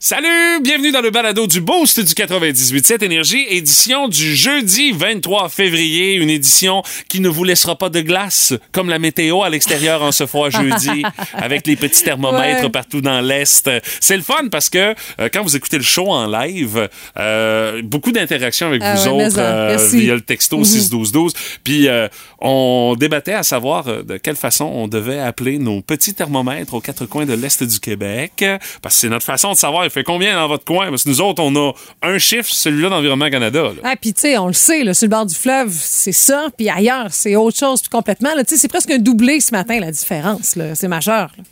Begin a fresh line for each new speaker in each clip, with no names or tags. Salut, bienvenue dans le balado du Boost du 98.7 Énergie, édition du jeudi 23 février, une édition qui ne vous laissera pas de glace, comme la météo à l'extérieur en ce froid jeudi, avec les petits thermomètres
Ouais.
partout dans l'Est. C'est le fun parce que euh, quand vous écoutez le show en live, euh, beaucoup d'interactions avec
Ah
vous
ouais, mais
autres euh,
ça, merci. Mhm.
via le texto 61212. Puis euh, on débattait à savoir euh, de quelle façon on devait appeler nos petits thermomètres aux quatre coins de l'Est du Québec. euh, Parce que c'est notre façon de savoir il fait combien dans votre coin. Parce que nous autres, on a un chiffre, celui-là d'Environnement Canada. là.
Ah, puis tu sais, on le sait, là, sur le bord du fleuve, c'est ça, puis ailleurs, c'est autre chose puis complètement. là. Tu sais, C'est presque un doublé ce matin, la différence. là. C'est majeur. là.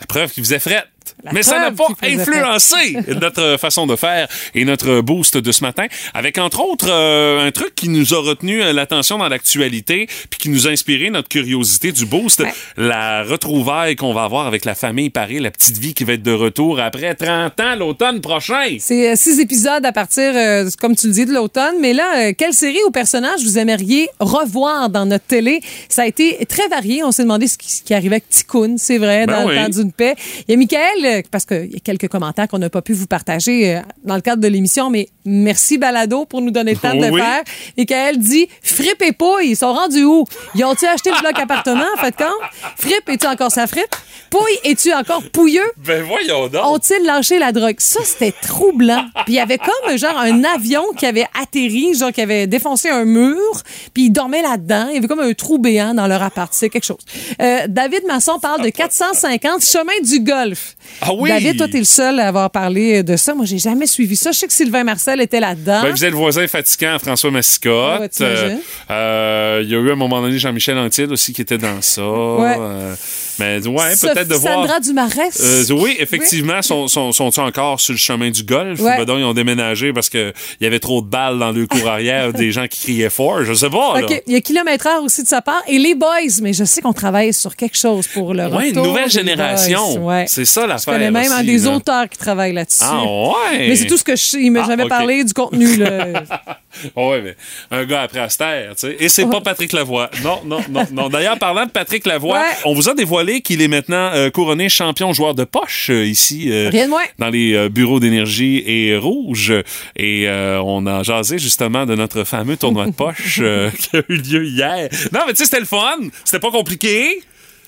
La preuve qui faisait frette.
La
Mais ça n'a
preuve
pas
qu'il faisait
influencé notre façon de faire et notre boost de ce matin, avec entre autres euh, un truc qui nous a retenu euh, l'attention dans l'actualité, puis qui nous a inspiré notre curiosité du boost, la retrouvaille qu'on va avoir avec la famille Paris, la petite vie qui va être de retour après 30 ans l'automne prochain.
C'est euh, six épisodes à partir, euh, comme tu le dis, de l'automne. Mais là, euh, quelle série ou personnage vous aimeriez revoir dans notre télé? Ça a été très varié. On s'est demandé ce qui, ce qui arrivait avec Ticoun, c'est vrai,
Ben
dans
oui.
le temps d'une paix. Il y a Michael, euh, parce qu'il y a quelques commentaires qu'on n'a pas pu vous partager euh, dans le cadre de l'émission, mais merci Balado pour nous donner le temps de
Oh Oui.
le faire. Michael dit Frippe et Pouille, ils sont rendus où? Ils ont-tu acheté le bloc appartement, en fait, quand? Frippe, es-tu encore sa frippe? Pouille, es-tu encore pouilleux?
Ben voyons donc.
ont-ils lâché la drogue? Ça, c'était troublant. Puis il y avait comme genre un avion qui avait atterri, genre qui avait défoncé un mur, puis ils dormaient là-dedans. Il y avait comme un trou béant dans leur appart. C'est quelque chose. Euh, David Masson parle de 450 chemins du golf.
Ah oui!
David, toi, t'es le seul à avoir parlé de ça. Moi, j'ai jamais suivi ça. Je sais que Sylvain Marcel était là-dedans.
Ben, vous êtes le voisin fatigant, François Massicotte.
Ah ouais, t'imagines.
Euh, euh, Il y a eu à un moment donné Jean-Michel Antide aussi qui était dans ça. Euh, mais ouais,
Sophie-
peut-être de voir.
Sandra Dumares.
Euh, oui, effectivement, sont- sont- sont-ils encore sur le chemin du golf?
Ouais.
Ben donc, ils ont déménagé parce qu'il y avait trop de balles dans le cours arrière, des gens qui criaient fort, je sais pas. là.
OK. Il y a kilomètre heure aussi de sa part. Et les boys, mais je sais qu'on travaille sur quelque chose pour le
Ouais, une
retour
nouvelle
des
génération.
boys. Ouais.
C'est ça l'affaire.
Je connais même
aussi,
un des
là.
auteurs qui travaillent là-dessus.
Ah ouais!
Mais c'est tout ce que je sais. Il m'a
Ah,
jamais
ok.
parlé du contenu. Là.
Oui, mais un gars après Astaire, tu sais. Et c'est pas Patrick Lavoie. Non, non, non, non. D'ailleurs, parlant de Patrick Lavoie,
Ouais.
on vous a dévoilé qu'il est maintenant euh, couronné champion joueur de poche euh, ici. euh,
Rien de moins.
Dans les euh, bureaux d'énergie et rouge. Et euh, on a jasé justement de notre fameux tournoi de poche euh, qui a eu lieu hier. Non, mais tu sais, c'était le fun. C'était pas compliqué.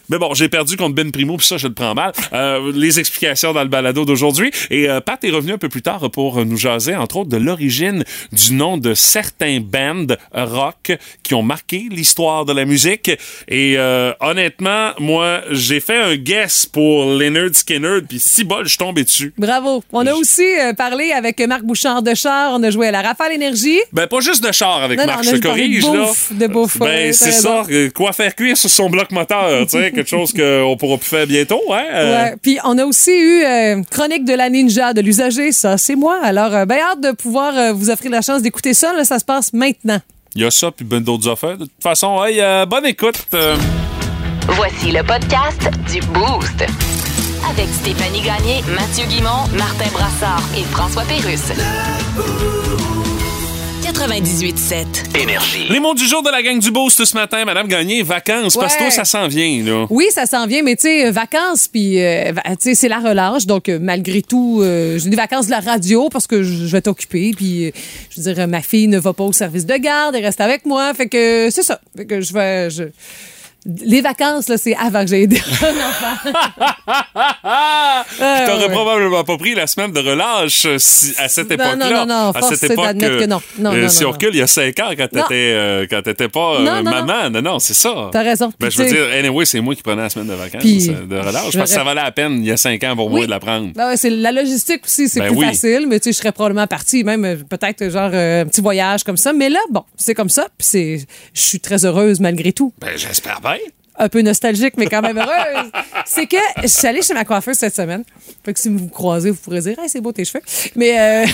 Mais bon, j'ai perdu contre Ben Primo, puis ça, je le prends mal. Euh, les explications dans le balado d'aujourd'hui. Et euh, Pat est revenu un peu plus tard pour nous jaser, entre autres, de l'origine du nom de certains bands rock qui ont marqué l'histoire de la musique. Et euh, honnêtement, moi, j'ai fait un guess pour Leonard Skinner, puis si bol, je suis tombé dessus.
Bravo. On a aussi euh, parlé avec Marc Bouchard de Char. On a joué à la Rafale Énergie.
Ben, pas juste de char avec
Non, non,
Marc,
on a
je te
parlé de
corrige, là.
bouffe, de bouffe,
ben,
ouais,
c'est
t'as
ça. euh, Quoi faire cuire sur son bloc moteur, tu sais, quelque chose qu'on pourra plus faire bientôt, hein? euh,
Ouais. Puis on a aussi eu euh, Chronique de la Ninja, de l'usager. Ça, c'est moi. Alors, euh, ben, hâte de pouvoir euh, vous offrir la chance d'écouter ça. Là, ça se passe maintenant.
Il y a ça, puis ben d'autres affaires. De toute façon, hey, euh, bonne écoute. euh.
Voici le podcast du Boost. Avec Stéphanie Gagné, Mathieu Guimont, Martin Brassard et François Pérusse. 98.7.
Énergie.
les mots du jour de la gang du Boost ce matin. Madame Gagné, vacances,
Ouais.
pasto, ça s'en vient, là.
Oui, ça s'en vient, mais tu sais, euh, vacances, puis euh, va- tu sais, c'est la relâche. Donc, euh, malgré tout, euh, j'ai des vacances de la radio parce que je je vais t'occuper. Puis, euh, je veux dire, euh, ma fille ne va pas au service de garde, elle reste avec moi. Fait que euh, c'est ça. Fait que je vais. je- Les vacances, là, c'est avant que j'aie aidé un enfant.
Puis T'aurais
Ah, ouais.
probablement pas pris la semaine de relâche euh, si- à cette
Non,
époque-là.
non, non, non,
à
force
cette euh,
est d'admettre que non. Non, non,
si
non,
on
non.
recule, il y a 5 ans quand
Non.
t'étais euh, quand t'étais pas euh,
Non, non, non.
maman. Non, non, c'est ça.
T'as raison.
Ben,
Puis,
je veux
tu
dire,
sais-
anyway, c'est moi qui prenais la semaine de vacances,
Puis,
euh, de relâche,
je
parce que ça
rép-
valait la peine il y a 5 ans pour moi de la prendre.
Ben ouais, c'est la logistique aussi, c'est
Ben
plus
oui.
facile, mais tu sais, je serais probablement partie, même euh, peut-être genre euh, un petit voyage comme ça. Mais là, bon, c'est comme ça, puis c'est, je suis très heureuse malgré tout.
Ben, j'espère bien.
un peu nostalgique, mais quand même heureuse. c'est que je suis allée chez ma coiffeuse cette semaine. Fait que si vous me croisez, vous pourrez dire, hey, c'est beau tes cheveux. Mais euh,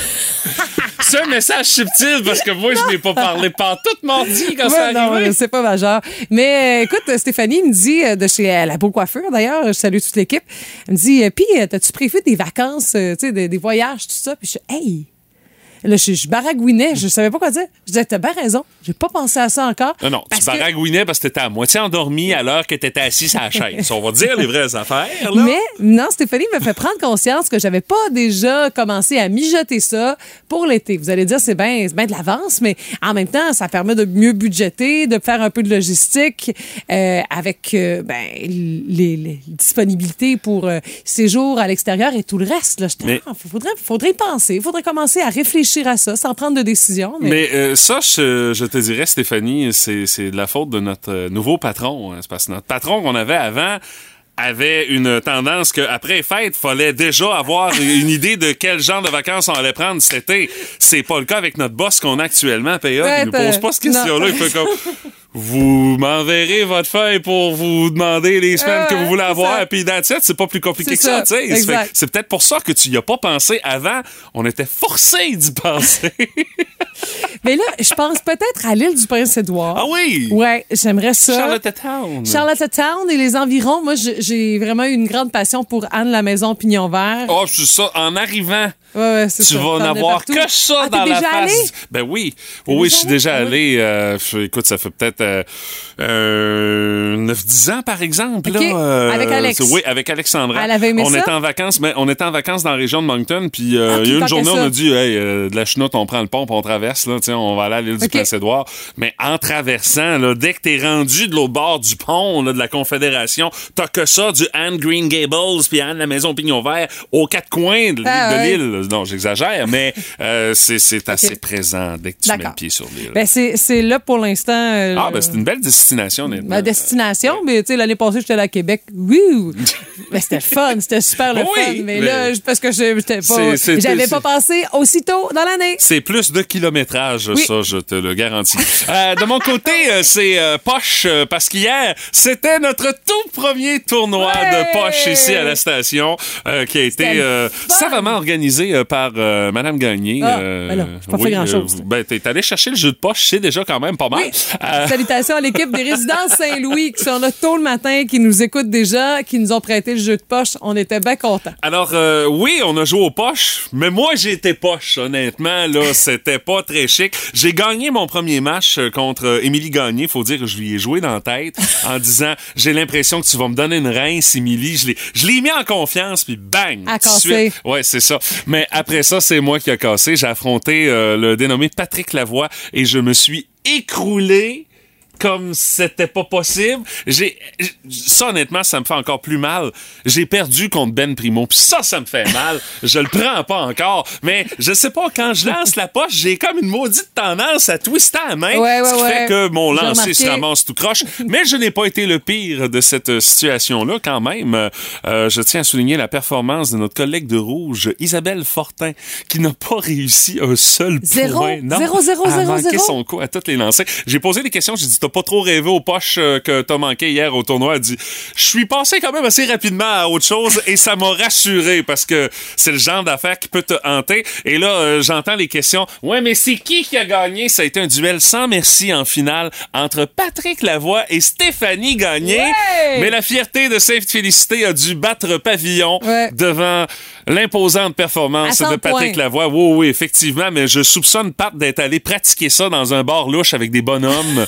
C'est un message subtil parce que moi, je n'ai pas parlé pantoute mardi quand
ouais,
c'est
non,
arrivé.
c'est pas majeur. Mais euh, écoute, Stéphanie me dit euh, de chez euh, la Beau Coiffure, d'ailleurs, je salue toute l'équipe. Elle me dit, euh, puis, euh, t'as-tu prévu des vacances, euh, tu sais, des, des voyages, tout ça? Puis je suis, hey! Là, je, je baragouinais, je savais pas quoi dire. Je disais, t'as bien raison, j'ai pas pensé à ça encore.
Non, non,
Parce
tu
que-
baragouinais parce que t'étais à moitié endormi à l'heure que t'étais assis à la chaise. On va dire les vraies affaires, là.
Mais non, Stéphanie me fait prendre conscience que j'avais pas déjà commencé à mijoter ça pour l'été. Vous allez dire c'est bien c'est bien de l'avance, mais en même temps, ça permet de mieux budgéter, de faire un peu de logistique euh, avec euh, ben, les, les disponibilités pour euh, séjour à l'extérieur et tout le reste. Là, J'étais,
Mais-
ah, faudrait, faudrait y penser, faudrait commencer à réfléchir à ça sans prendre de décision. Mais,
Mais euh, ça, je, je te dirais, Stéphanie, c'est c'est de la faute de notre euh, nouveau patron. hein. C'est parce que notre patron qu'on avait avant avait une tendance qu'après les fêtes, fallait déjà avoir une idée de quel genre de vacances on allait prendre cet été. C'est pas le cas avec notre boss qu'on a actuellement, PA,
Ouais,
Il nous pose
t'as-
pas cette question-là. Il fait comme... Vous m'enverrez votre feuille pour vous demander les semaines que
Ouais,
vous voulez
c'est
avoir,
ça.
puis that's it, c'est pas plus compliqué
C'est
que ça,
ça,
tu sais. Ça fait-
exact.
C'est peut-être pour ça que tu y as pas pensé avant. On était forcé d'y penser.
mais là, je pense peut-être à l'île du Prince-Édouard.
ah oui!
Ouais, j'aimerais ça.
Charlottetown.
Charlottetown et les environs, moi, je- j'ai vraiment eu une grande passion pour Anne la Maison Pignon Vert.
Oh, c'est ça. En arrivant,
Ouais, ouais, c'est
tu
ça,
vas
t'en as
n'avoir
partout.
que ça
Ah, t'es
dans la
déjà
face.
allée?
Ben oui. Oui, oui, je
déjà
suis déjà
allée?
allé. euh, f- écoute, ça fait peut-être euh, euh, 9-10 ans, par exemple.
OK.
là, euh,
Avec Alex.
c'est- Oui, avec Alexandra.
Elle avait aimé
on
ça?
était en vacances, mais on était en vacances dans la région de Moncton. Puis euh,
Ah,
il y a eu
tant
une
qu'à
journée, on
ça.
a dit hey, euh, de la chenoute, on prend le pont, puis on traverse. Là, tu sais, on va aller à l'île du
OK.
Prince-Édouard. Mais en traversant, là, dès que t'es rendu de l'autre bord du pont là, de la Confédération, t'as que ça du Anne Green Gables puis Anne la Maison Pignon Vert aux quatre coins de
Ah,
de
ouais.
l'île. Euh, Non, j'exagère, mais euh, c'est- c'est assez présent dès que tu mets
D'accord.
le pied sur l'île.
Ben, c'est c'est là pour l'instant. euh, ben,
ah, ben c'est euh, une belle destination, honnêtement.
Ma destination, mais tu sais, l'année passée, j'étais allée à Québec. Wouh! Ben, c'était le fun, c'était super le
Oui,
fun. Mais,
mais-
là, je- parce que je- j'étais
C'est- c'est-
pas. J'avais
c'est-
pas passé aussitôt dans l'année.
C'est plus de kilométrage,
Oui.
ça, je te le garantis. Euh, de mon côté, euh, c'est euh, poche, euh, parce qu'hier, c'était notre tout premier tournoi
Ouais!
de poche ici à la station, euh, qui a été
le
euh,
fun!
savamment organisé euh, par euh, Madame Gagné.
Ah, ben non, j'ai pas fait grand-chose.
euh, ben, t'es allé chercher le jeu de poche, c'est déjà quand même pas mal.
Oui.
Euh,
Salutations à l'équipe des résidences Saint-Louis qui sont là tôt le matin, qui nous écoutent déjà, qui nous ont prêté le jeu de poche. On était bien contents.
Alors euh, oui, on a joué aux poches, mais moi j'étais poche honnêtement là, c'était pas très chic. J'ai gagné mon premier match euh, contre euh, Émilie Gagné, faut dire que je lui ai joué dans la tête en disant j'ai l'impression que tu vas me donner une rince Émilie, je l'ai je l'ai mis en confiance puis bang.
À
tout de
casser.
suite. Ouais, c'est ça. Mais après ça, c'est moi qui a cassé, j'ai affronté euh, le dénommé Patrick Lavoie et je me suis écroulé comme c'était pas possible. J'ai j- ça honnêtement, ça me fait encore plus mal. J'ai perdu contre Ben Primo, puis ça ça me fait mal. je le prends pas encore, mais je sais pas quand je lance la poche, j'ai comme une maudite tendance à twister à main,
Ouais,
ce
ouais,
qui
ouais.
fait que mon
J'ai
lancer se
remarqué.
ramasse tout croche, mais je n'ai pas été le pire de cette euh, situation-là quand même. Euh, euh, je tiens à souligner la performance de notre collègue de rouge, Isabelle Fortin, qui n'a pas réussi un seul
Zéro.
point. Non,
Zéro, zéro,
elle a
zéro,
manqué
zéro.
son coup à toutes les lancers. J'ai posé des questions, j'ai dit t'as pas trop rêvé aux poches euh, que t'as manqué hier au tournoi. Elle dit je suis passé quand même assez rapidement à autre chose et ça m'a rassuré parce que c'est le genre d'affaire qui peut te hanter. Et là euh, j'entends les questions. Ouais mais c'est qui qui a gagné Ça a été un duel sans merci en finale entre Patrick Lavoie et Stéphanie Gagné.
Ouais!
Mais la fierté de Sainte Félicité a dû battre pavillon
Ouais.
devant l'imposante performance
À
de
100
Patrick
points.
la voix, oui, oui, effectivement, mais je soupçonne Pat d'être allé pratiquer ça dans un bar louche avec des bonhommes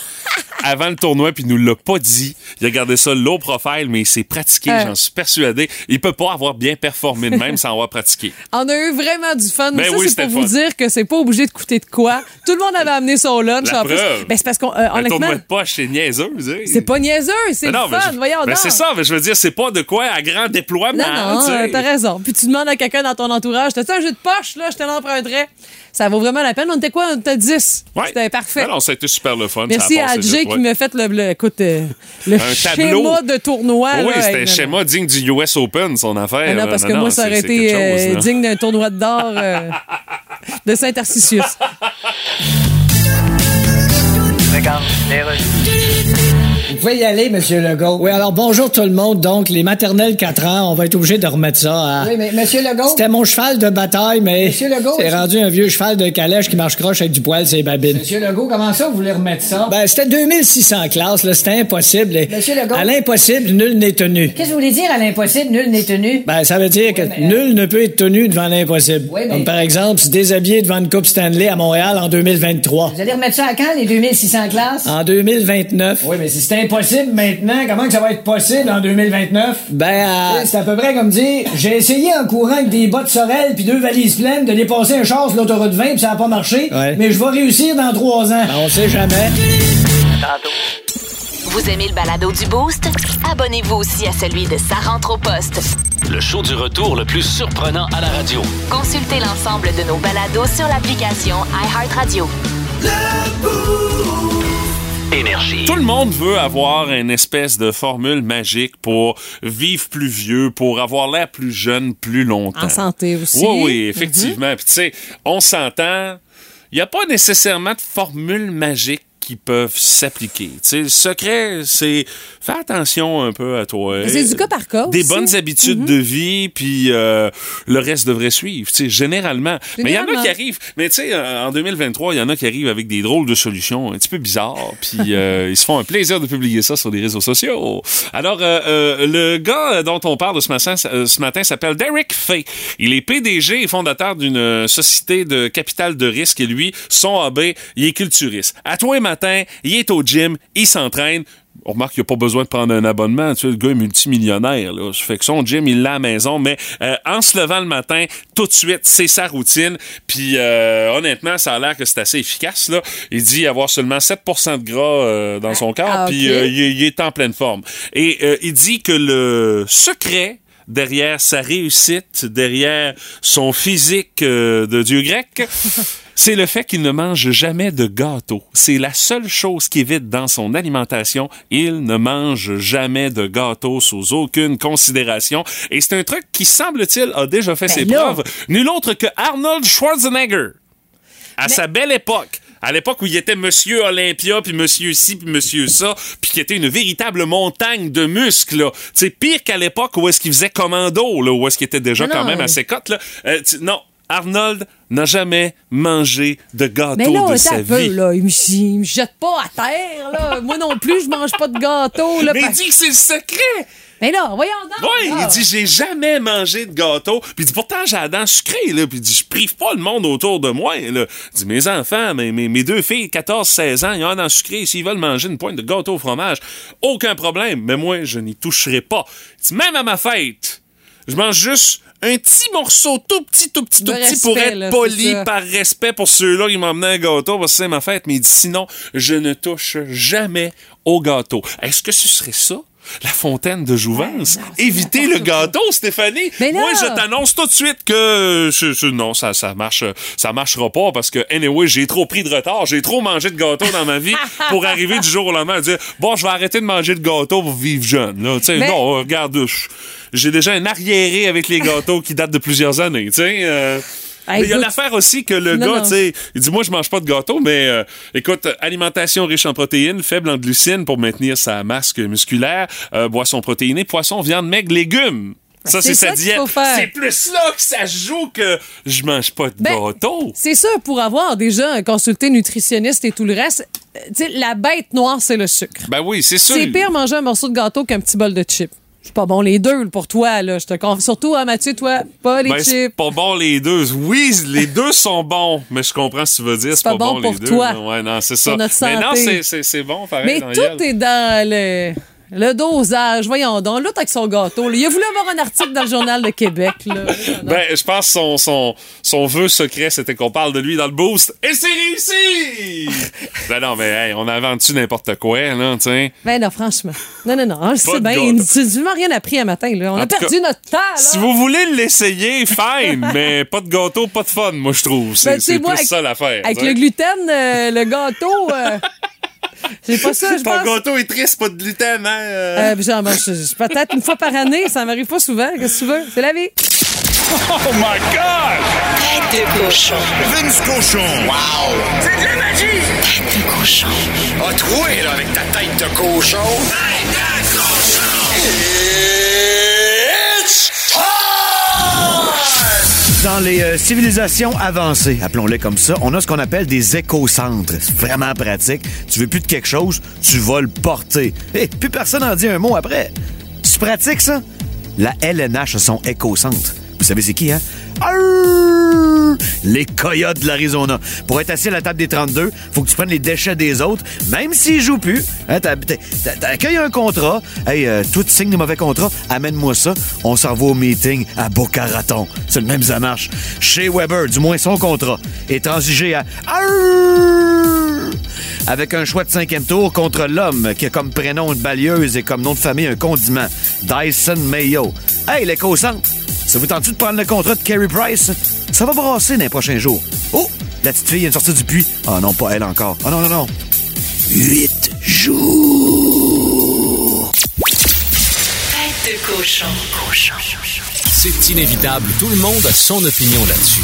avant le tournoi, puis il nous l'a pas dit. Il a gardé ça low profile, mais il s'est pratiqué,
Euh.
j'en suis persuadé. Il peut pas avoir bien performé de même sans avoir pratiqué.
On a eu vraiment du fun.
Ben
ça,
oui,
c'est
c'était
pour vous
le fun.
dire que c'est pas obligé de coûter de quoi. Tout le monde avait amené son lunch
La
en plus.
preuve.
Ben, c'est parce qu'on, euh,
Un
honnêtement,
tournoi de poche, c'est niaiseux, vous savez.
c'est pas niaiseux, c'est
Mais
le
Ben non, mais
fun.
je-
Voyons
mais
donc.
c'est ça, mais je veux dire, c'est pas de quoi à grand déploiement.
Non, non,
tu sais.
euh, t'as raison. Puis tu demandes à quelqu'un dans ton entourage, t'as-tu un jeu de poche, là, je te l'emprunterais. Ça vaut vraiment la peine. On était quoi? On était 10.
Ouais. Ben
C'était parfait.
Non, non, ça a été super le fun.
Merci
ça a
à
passé
Jay
vite,
qui
ouais.
m'a fait le, le- écoute, euh, le
Un
schéma
tableau.
de tournoi.
Oui,
là,
c'était un
avec-
schéma digne du US Open, son affaire.
Ah non,
là.
parce
Non,
que
non,
moi, ça
c'est-
aurait
c'est
été
quelque chose,
euh,
là.
digne d'un tournoi de d'or euh, de Saint-Arcitius.
Regarde, les rues. pouvez y aller, Monsieur Legault.
Oui, alors bonjour tout le monde. Donc, les maternelles 4 ans, on va être obligé de remettre ça à...
Oui, mais Monsieur Legault.
C'était mon cheval de bataille, mais
Monsieur Legault,
c'est
c'est-
rendu un vieux cheval de calèche qui marche croche avec du poil, c'est babine.
Monsieur Legault, comment ça vous voulez remettre ça?
Ben, c'était 2600 classes, là, c'était impossible. Et
Monsieur Legault.
À l'impossible, nul n'est tenu.
Qu'est-ce que vous voulez dire à l'impossible, nul n'est tenu?
Ben, ça veut dire que
mais- euh-
nul ne peut être tenu devant l'impossible.
Oui, mais-
Comme par exemple, se déshabiller devant une Coupe Stanley à Montréal en 2023.
Vous allez remettre ça à quand, les 2600 classes?
En 2029,
Oui, mais si c'est impossible maintenant, comment que ça va être possible en 2029?
ben, à-
C'est à peu près comme dire, j'ai essayé en courant avec des bottes sorel puis deux valises pleines de dépasser un char sur l'autoroute 20 puis ça a pas marché,
Ouais. Ben,
mais je vais réussir dans trois ans.
on sait jamais.
Vous aimez le balado du Boost? Abonnez-vous aussi à celui de Sa rentre au poste.
Le show du retour le plus surprenant à la radio.
Consultez l'ensemble de nos balados sur l'application iHeartRadio.
Énergie.
Tout le monde veut avoir une espèce de formule magique pour vivre plus vieux, pour avoir l'air plus jeune plus longtemps.
En santé aussi. Mhm.
Oui, oui, effectivement. Puis tu sais, on s'entend, il n'y a pas nécessairement de formule magique qui peuvent s'appliquer. Tu sais, le secret, c'est faire attention un peu à toi.
C'est du cas par cas
Euh, Des
aussi. Mm-hmm.
bonnes habitudes de vie, puis euh, le reste devrait suivre, tu sais, généralement. Mais il y en a
Généralement.
qui arrivent, mais tu sais, euh, en 2023, il y en a qui arrivent avec des drôles de solutions un petit peu bizarres, puis euh, ils se font un plaisir de publier ça sur les réseaux sociaux. Alors, euh, euh, le gars dont on parle ce matin, euh, ce matin s'appelle Derek Fay. Il est PDG et fondateur d'une euh, société de capital de risque, et lui, son hobby, il est culturiste. À tous les matins, il est au gym, il s'entraîne, on remarque qu'il n'y a pas besoin de prendre un abonnement. Tu sais, le gars est multimillionnaire. Là. Ça fait que son gym, il l'a à la maison. Mais euh, en se levant le matin, tout de suite, c'est sa routine. Puis euh, honnêtement, ça a l'air que c'est assez efficace. Là. Il dit avoir seulement 7 de gras euh, dans son corps.
ah,
Puis
ok.
euh, il, est- il est en pleine forme. Et euh, il dit que le secret derrière sa réussite, derrière son physique euh, de dieu grec, c'est le fait qu'il ne mange jamais de gâteau. C'est la seule chose qui évite dans son alimentation. Il ne mange jamais de gâteau sous aucune considération. Et c'est un truc qui, semble-t-il, a déjà fait ses
là.
preuves. Nul autre que Arnold Schwarzenegger. À sa belle époque. À l'époque où il était Monsieur Olympia, puis Monsieur ci, puis Monsieur ça, puis qui était une véritable montagne de muscles. là. Tu sais, pire qu'à l'époque où est-ce qu'il faisait commando, là, où est-ce qu'il était déjà
Mais
quand
non,
même
mais-
à ses cotes. Là. Euh, tu- non, Arnold n'a jamais mangé de gâteau
Mais là,
de
ça
sa
veut,
vie.
là. Il me, il me jette pas à terre, là. Moi non plus, je mange pas de gâteau, là.
Mais il
parce-
dit que c'est le secret!
Mais là, voyons donc. Ah.
Oui,
là.
il dit j'ai jamais mangé de gâteau. Puis il dit pourtant j'ai la dent sucrée là. Puis il dit je prive pas le monde autour de moi. Là. Il dit mes enfants, mes, mes, mes deux filles, 14-16 ans, ils ont la dent sucrée. S'ils veulent manger une pointe de gâteau au fromage, aucun problème. Mais moi je n'y toucherai pas. Il dit même à ma fête, je mange juste un petit morceau tout petit, tout petit, tout
De
petit pour
respect,
être
là,
poli
c'est ça.
par respect pour ceux-là qui m'emmenaient un gâteau parce que c'est ma fête. Mais il dit sinon je ne touche jamais au gâteau. Est-ce que ce serait ça? La fontaine de Jouvence.
Ben,
Évitez le gâteau, Stéphanie.
Mais là-
Moi, je t'annonce tout de suite que euh, je- je- non, ça, ça marche, euh, ça marchera pas parce que anyway, j'ai trop pris de retard, j'ai trop mangé de gâteau dans ma vie pour arriver du jour au lendemain à dire bon, je vais arrêter de manger de gâteau pour vivre jeune. Là, Tu sais,
Mais-
non, euh, regarde, euh, je- j'ai déjà un arriéré avec les gâteaux qui datent de plusieurs années. Tu sais. euh,
Hey,
mais il y a
écoute,
l'affaire aussi que le
Non,
gars,
non.
tu sais, il dit moi je mange pas de gâteau, mais euh, écoute, euh, alimentation riche en protéines, faible en glucides pour maintenir sa masse musculaire, euh, boisson protéinée, poisson, viande maigre, légumes. ça
Ben, c'est
c'est sa
ça qu'il
diète.
faut faire.
C'est plus là que ça se joue que je mange pas de
Ben,
gâteau.
C'est sûr, pour avoir déjà consulté nutritionniste et tout le reste, euh, tu sais, la bête noire, c'est le sucre.
Ben oui, c'est sûr.
C'est pire manger un morceau de gâteau qu'un petit bol de chips. C'est pas bon les deux pour toi, là. Je te conf... Surtout, hein, Mathieu, toi, pas les
Ben, c'est
chips.
pas bon les deux. Oui, les deux sont bons, mais je comprends ce que tu veux dire. C'est
pas
pas,
bon
les
pour
deux.
toi.
Ouais, non, c'est ça.
notre
Mais non,
santé.
c'est- c'est c'est bon, pareil.
Mais
Daniel.
tout est dans le, le dosage. Voyons donc, l'autre avec son gâteau. là. Il a voulu avoir un article dans le Journal de Québec, là.
Ben, je pense que son, son, son vœu secret, c'était qu'on parle de lui dans le boost. Et c'est réussi! ben non, mais hey, on invente-tu n'importe quoi, là, tiens?
Ben non, franchement. Non, non, non. on le sait
de
bien.
gâteau.
Il nous- Tu m'as rien appris un matin, là. On
En
a
tout
perdu notre temps, là. Ben,
Si vous voulez l'essayer, fine, mais pas de gâteau, pas de fun, moi, je trouve. C'est
Ben, tu sais,
c'est plus
moi, avec-
ça l'affaire. hein.
Avec
t'sais.
le gluten, euh, le gâteau. euh, J'ai pas ça, je
Ton
pense.
gâteau est triste, pas de gluten, hein? euh.
Euh, j'en mange je- peut-être une fois par année, ça m'arrive pas souvent. Qu'est-ce que tu veux? C'est la vie.
Oh my God!
Tête de cochon.
Vince Cochon.
Wow! C'est de la magie! Tête de cochon.
A troué, là, avec Ah, ta tête de cochon.
Tête de
It's time!
Dans les euh, civilisations avancées, appelons-les comme ça, on a ce qu'on appelle des éco-centres. C'est vraiment pratique. Tu veux plus de quelque chose, tu vas le porter. Et plus personne n'en dit un mot après. C'est pratique, ça? La LNH a son éco-centre. Vous savez c'est qui, hein? Arrrr! Les coyotes de l'Arizona. Pour être assis à la table des 32, faut que tu prennes les déchets des autres, même s'ils jouent plus. Hein, t'as- t'as- t'as- T'accueilles un contrat. Hey, euh, toi, tu signes des mauvais contrats, amène-moi ça. On s'en va au meeting à Boca Raton. C'est le même, ça marche. Chez Weber, du moins son contrat, est transigé à Arrrr! Avec un choix de cinquième tour contre l'homme qui a comme prénom une balieuse et comme nom de famille un condiment, Dyson Mayo. Hey, l'éco-centre! Ça vous tente-tu de prendre le contrat de Carey Price? Ça va brasser dans les prochains jours. Oh! La petite fille vient de sortir du puits. Ah non, pas elle encore. Ah non, non, non. Huit jours!
Tête de cochon. Cochon.
C'est inévitable. Tout le monde a son opinion là-dessus.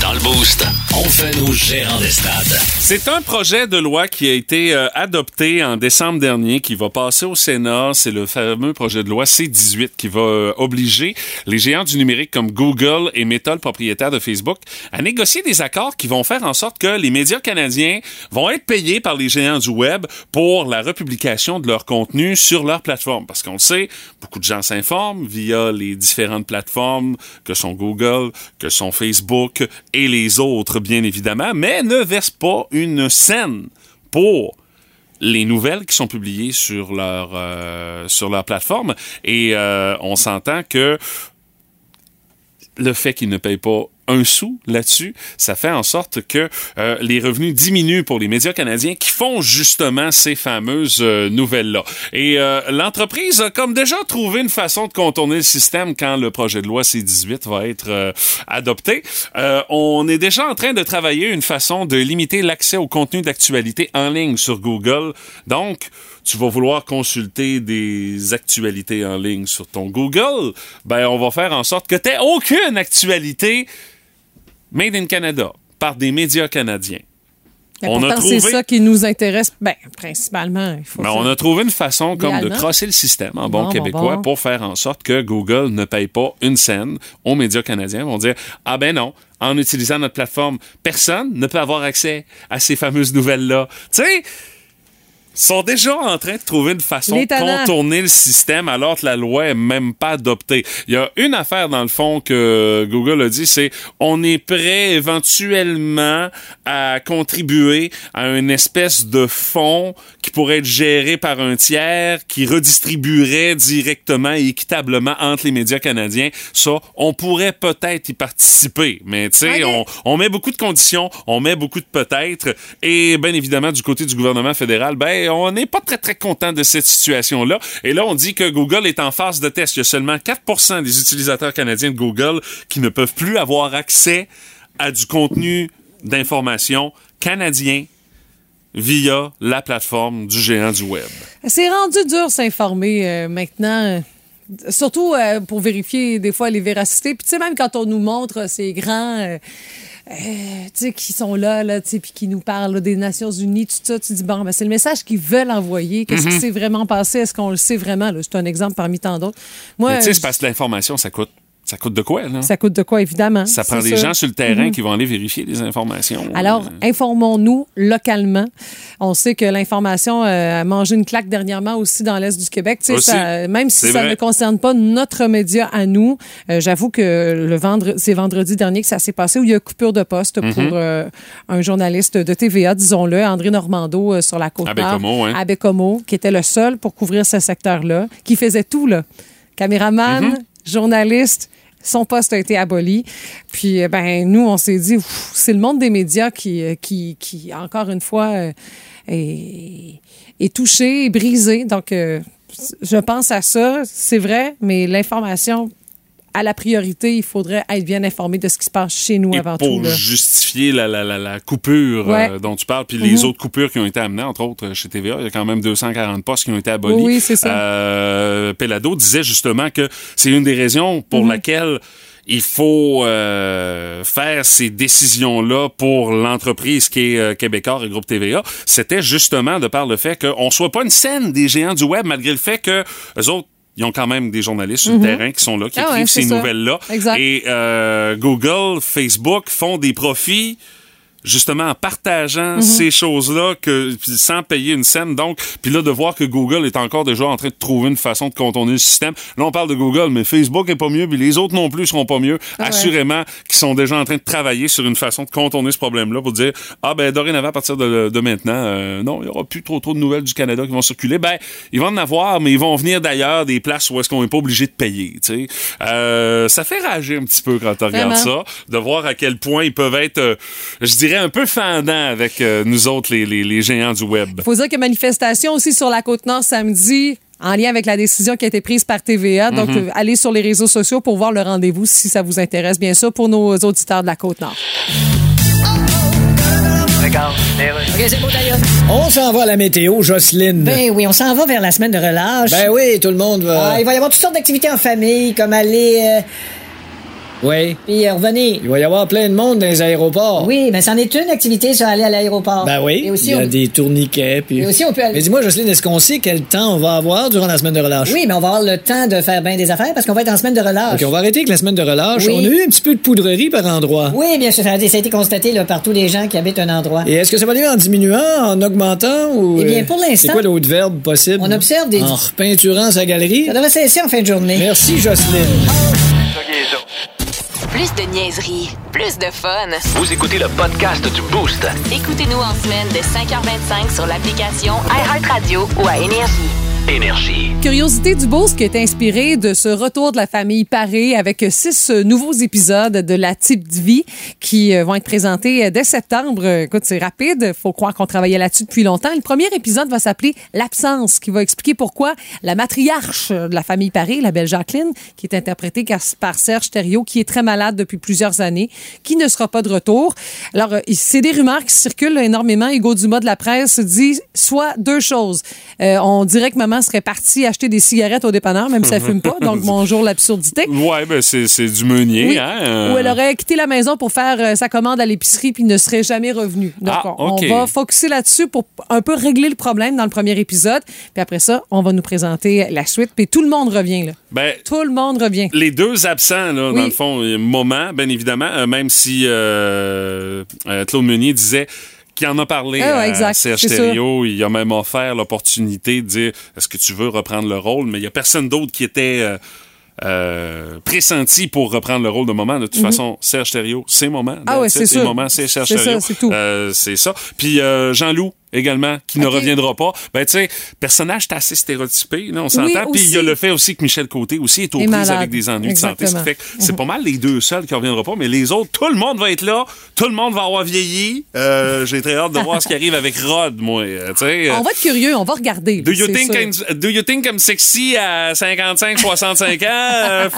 Dans le boost, on fait nos gérants des stades.
C'est un projet de loi qui a été euh, adopté en décembre dernier, qui va passer au Sénat. C'est le fameux projet de loi C-18 qui va euh, obliger les géants du numérique comme Google et Meta, le propriétaire de Facebook, à négocier des accords qui vont faire en sorte que les médias canadiens vont être payés par les géants du web pour la republication de leur contenu sur leur plateforme. Parce qu'on le sait, beaucoup de gens s'informent via les différentes plateformes que sont Google, que sont Facebook et les autres, bien évidemment, mais ne versent pas une scène pour les nouvelles qui sont publiées sur leur, euh, sur leur plateforme. Et euh, on s'entend que le fait qu'ils ne payent pas un sou là-dessus, ça fait en sorte que euh, les revenus diminuent pour les médias canadiens qui font justement ces fameuses euh, nouvelles-là. Et euh, l'entreprise a comme déjà trouvé une façon de contourner le système quand le projet de loi C-18 va être euh, adopté. Euh, on est déjà en train de travailler une façon de limiter l'accès au contenu d'actualité en ligne sur Google. Donc, tu vas vouloir consulter des actualités en ligne sur ton Google, ben on va faire en sorte que tu aucune actualité made in Canada par des médias canadiens.
Mais
On a
pourtant,
trouvé-
c'est ça qui nous intéresse, ben, principalement. Il faut
Mais
ça.
on a trouvé une façon comme de
Idéalement.
crosser le système en bon,
Bon, bon,
québécois
bon.
pour faire en sorte que Google ne paye pas une scène aux médias canadiens. Ils vont dire Ah ben non, en utilisant notre plateforme, personne ne peut avoir accès à ces fameuses nouvelles-là. Tu sais, ils sont déjà en train de trouver une façon
Les
de
tannants.
contourner le système alors que la loi est même pas adoptée. Il y a une affaire dans le fond que Google a dit, c'est on est prêt éventuellement à contribuer à une espèce de fonds qui pourrait être géré par un tiers qui redistribuerait directement et équitablement entre les médias canadiens. Ça, on pourrait peut-être y participer, mais tu sais, on, on met beaucoup de conditions, on met beaucoup de peut-être, et bien évidemment, du côté du gouvernement fédéral, ben, on n'est pas très, très content de cette situation-là. Et là, on dit que Google est en phase de test. Il y a seulement 4 des utilisateurs canadiens de Google qui ne peuvent plus avoir accès à du contenu d'information canadien via la plateforme du géant du web.
C'est rendu dur s'informer euh, maintenant. Surtout euh, pour vérifier des fois les véracités. Puis tu sais, même quand on nous montre ces grands euh, euh, tu sais, qui sont là, là tu sais, puis qui nous parlent là, des Nations Unies, tout ça, tu dis, bon, ben, c'est le message qu'ils veulent envoyer. Qu'est-ce
Mhm.
qui s'est vraiment passé? Est-ce qu'on le sait vraiment? là? C'est un exemple parmi tant d'autres. Moi,
Mais tu sais,
je-
c'est parce que l'information, ça coûte, ça coûte de quoi, là?
ça coûte de quoi, évidemment?
Ça
c'est
prend des
sûr.
gens sur le terrain
Mhm.
qui Euh. vont aller vérifier les informations.
Alors, informons-nous localement. On sait que l'information euh, a mangé une claque dernièrement aussi dans l'Est du Québec. Tu sais,
Aussi.
ça- même si
C'est
ça
vrai.
ne concerne pas notre média à nous, euh, j'avoue que le vendre, c'est vendredi dernier que ça s'est passé où il y a coupure de poste
Mhm.
pour euh, un journaliste de TVA, disons-le, André Normando euh, sur la côte
À
nord,
Bécomo, hein.
à Bécomo, qui était le seul pour couvrir ce secteur-là, qui faisait tout, là. Caméraman,
Mhm.
journaliste, son poste a été aboli. Puis, euh, ben, nous, on s'est dit, ouf, c'est le monde des médias qui, euh, qui, qui encore une fois, euh, est, est touché, est brisé. Donc, euh, je pense à ça, c'est vrai, mais l'information à la priorité, il faudrait être bien informé de ce qui se passe chez nous
Et
avant
pour
tout. là.
justifier la, la, la, la coupure
Ouais.
euh, dont tu parles, puis les
Mhm.
autres coupures qui ont été amenées, entre autres euh, chez TVA, il y a quand même 240 postes qui ont été abolis.
Oui, c'est ça.
Euh, Pelado disait justement que c'est une des raisons pour
Mhm.
laquelle il faut euh, faire ces décisions-là pour l'entreprise qui est euh, Québécois et Groupe TVA. C'était justement de par le fait qu'on soit pas une scène des géants du web, malgré le fait que les autres, ils ont quand même des journalistes sur
Mhm.
le terrain qui sont là, qui
Ah ouais,
écrivent
c'est
ces
ça.
nouvelles-là.
Exact.
Et euh, Google, Facebook font des profits justement en partageant
Mhm.
ces choses-là que puis sans payer une scène donc puis là de voir que Google est encore déjà en train de trouver une façon de contourner le système là on parle de Google mais Facebook est pas mieux puis les autres non plus seront pas mieux
Ah ouais.
assurément qui sont déjà en train de travailler sur une façon de contourner ce problème-là pour dire ah ben dorénavant à partir de, de maintenant euh, non il y aura plus trop trop de nouvelles du Canada qui vont circuler ben ils vont en avoir mais ils vont venir d'ailleurs des places où est-ce qu'on est pas obligé de payer tu sais Euh, ça fait rager un petit peu quand tu regardes
Vraiment.
ça de voir à quel point ils peuvent être, euh, je dirais, un peu fendants avec euh, nous autres, les, les- les géants du web.
faut dire que manifestation aussi sur la côte nord samedi en lien avec la décision qui a été prise par TVA. Donc,
Mhm.
euh, allez sur les réseaux sociaux pour voir le rendez-vous si ça vous intéresse, bien sûr, pour nos auditeurs de la côte nord.
On s'en va à la météo, Jocelyne.
Ben oui, on s'en va vers la semaine de relâche.
Ben oui, tout le monde va.
Ah, il va y avoir toutes sortes d'activités en famille, comme aller
Oui.
puis revenir.
Il va y avoir plein de monde dans les aéroports.
Oui, mais c'en est une activité, ça, aller à l'aéroport.
Oh. Ben oui,
Et aussi,
il y a
on-
des tourniquets. Puis...
Et aussi, on peut aller-
Mais dis-moi, Jocelyne, est-ce qu'on sait quel temps on va avoir durant la semaine de relâche?
Oui, mais on va avoir le temps de faire bien des affaires parce qu'on va être en semaine de relâche.
OK, on va arrêter avec la semaine de relâche.
Ah, Oui.
On a eu un petit peu de poudrerie par endroit.
Oui, bien sûr, ça a été ça a été constaté là, par tous les gens qui habitent un endroit.
Et est-ce que ça va aller en diminuant, en augmentant ou.
Eh bien,
euh,
pour
C'est
l'instant-
quoi l'autre verbe possible?
On observe des-
En repeinturant sa galerie.
Ça devrait cesser en fin de journée.
Merci, Jocelyne.
Plus de niaiserie, plus de fun.
Vous écoutez le podcast du Boost.
Écoutez-nous en semaine de 5h25 sur l'application iHeartRadio ou à Énergie.
Énergie.
Curiosité du Boost qui est inspirée de ce retour de la famille Paré avec six euh, nouveaux épisodes de La Type de Vie qui euh, vont être présentés euh, dès septembre. Euh, Écoute, c'est rapide. Faut croire qu'on travaillait là-dessus depuis longtemps. Le premier épisode va s'appeler L'absence qui va expliquer pourquoi la matriarche euh, de la famille Paré, la belle Jacqueline, qui est interprétée car- par Serge Thériault, qui est très malade depuis plusieurs années, qui ne sera pas de retour. Alors, euh, c'est des rumeurs qui circulent énormément. Hugo Dumas de la presse dit soit deux choses. Euh, on dirait que maman serait partie acheter des cigarettes au dépanneur, même si elle fume pas. Donc, bonjour l'absurdité.
Ouais, ben c'est c'est du meunier,
Oui.
hein? euh.
Ou elle aurait quitté la maison pour faire euh, sa commande à l'épicerie puis ne serait jamais revenue. Donc,
Ah,
on,
OK.
on va focuser là-dessus pour un peu régler le problème dans le premier épisode. Puis après ça, on va nous présenter la suite. Puis tout le monde revient, là.
Ben,
Tout le monde revient.
les deux absents, là,
Oui.
dans le fond, euh, moment, bien évidemment, euh, même si euh, euh, Claude Meunier disait qu'il en a parlé
Ah ouais,
à
exact,
Serge
c'est
Thériault, il a même offert l'opportunité de dire « Est-ce que tu veux reprendre le rôle? » Mais il y a personne d'autre qui était... euh, euh, pressenti pour reprendre le rôle de moment. De toute
Mhm.
façon, Serge Thériault, c'est moment.
Ah ouais,
That's it,
c'est sûr.
moment, c'est Serge
C'est ça,
Thériault.
c'est tout.
Euh, c'est ça. Puis euh, Jean-Loup également, qui ne reviendra pas. Ben, tu sais, personnage assez stéréotypé, là, on s'entend. Puis il y a
aussi.
le fait aussi que Michel Côté aussi est aux
Et
prises
malade.
avec des ennuis de santé.
Exactement.
Ce qui fait que c'est pas mal les deux seuls qui ne reviendront pas, mais les autres, tout le monde va être là. Tout le monde va avoir vieilli. Euh, J'ai très hâte de voir ce qui arrive avec Rod, moi. euh, tu sais.
On va être curieux, on va regarder.
Do
là,
you,
c'est
think
sûr.
I'm, do you think I'm sexy à 55, 65 ans? Euh,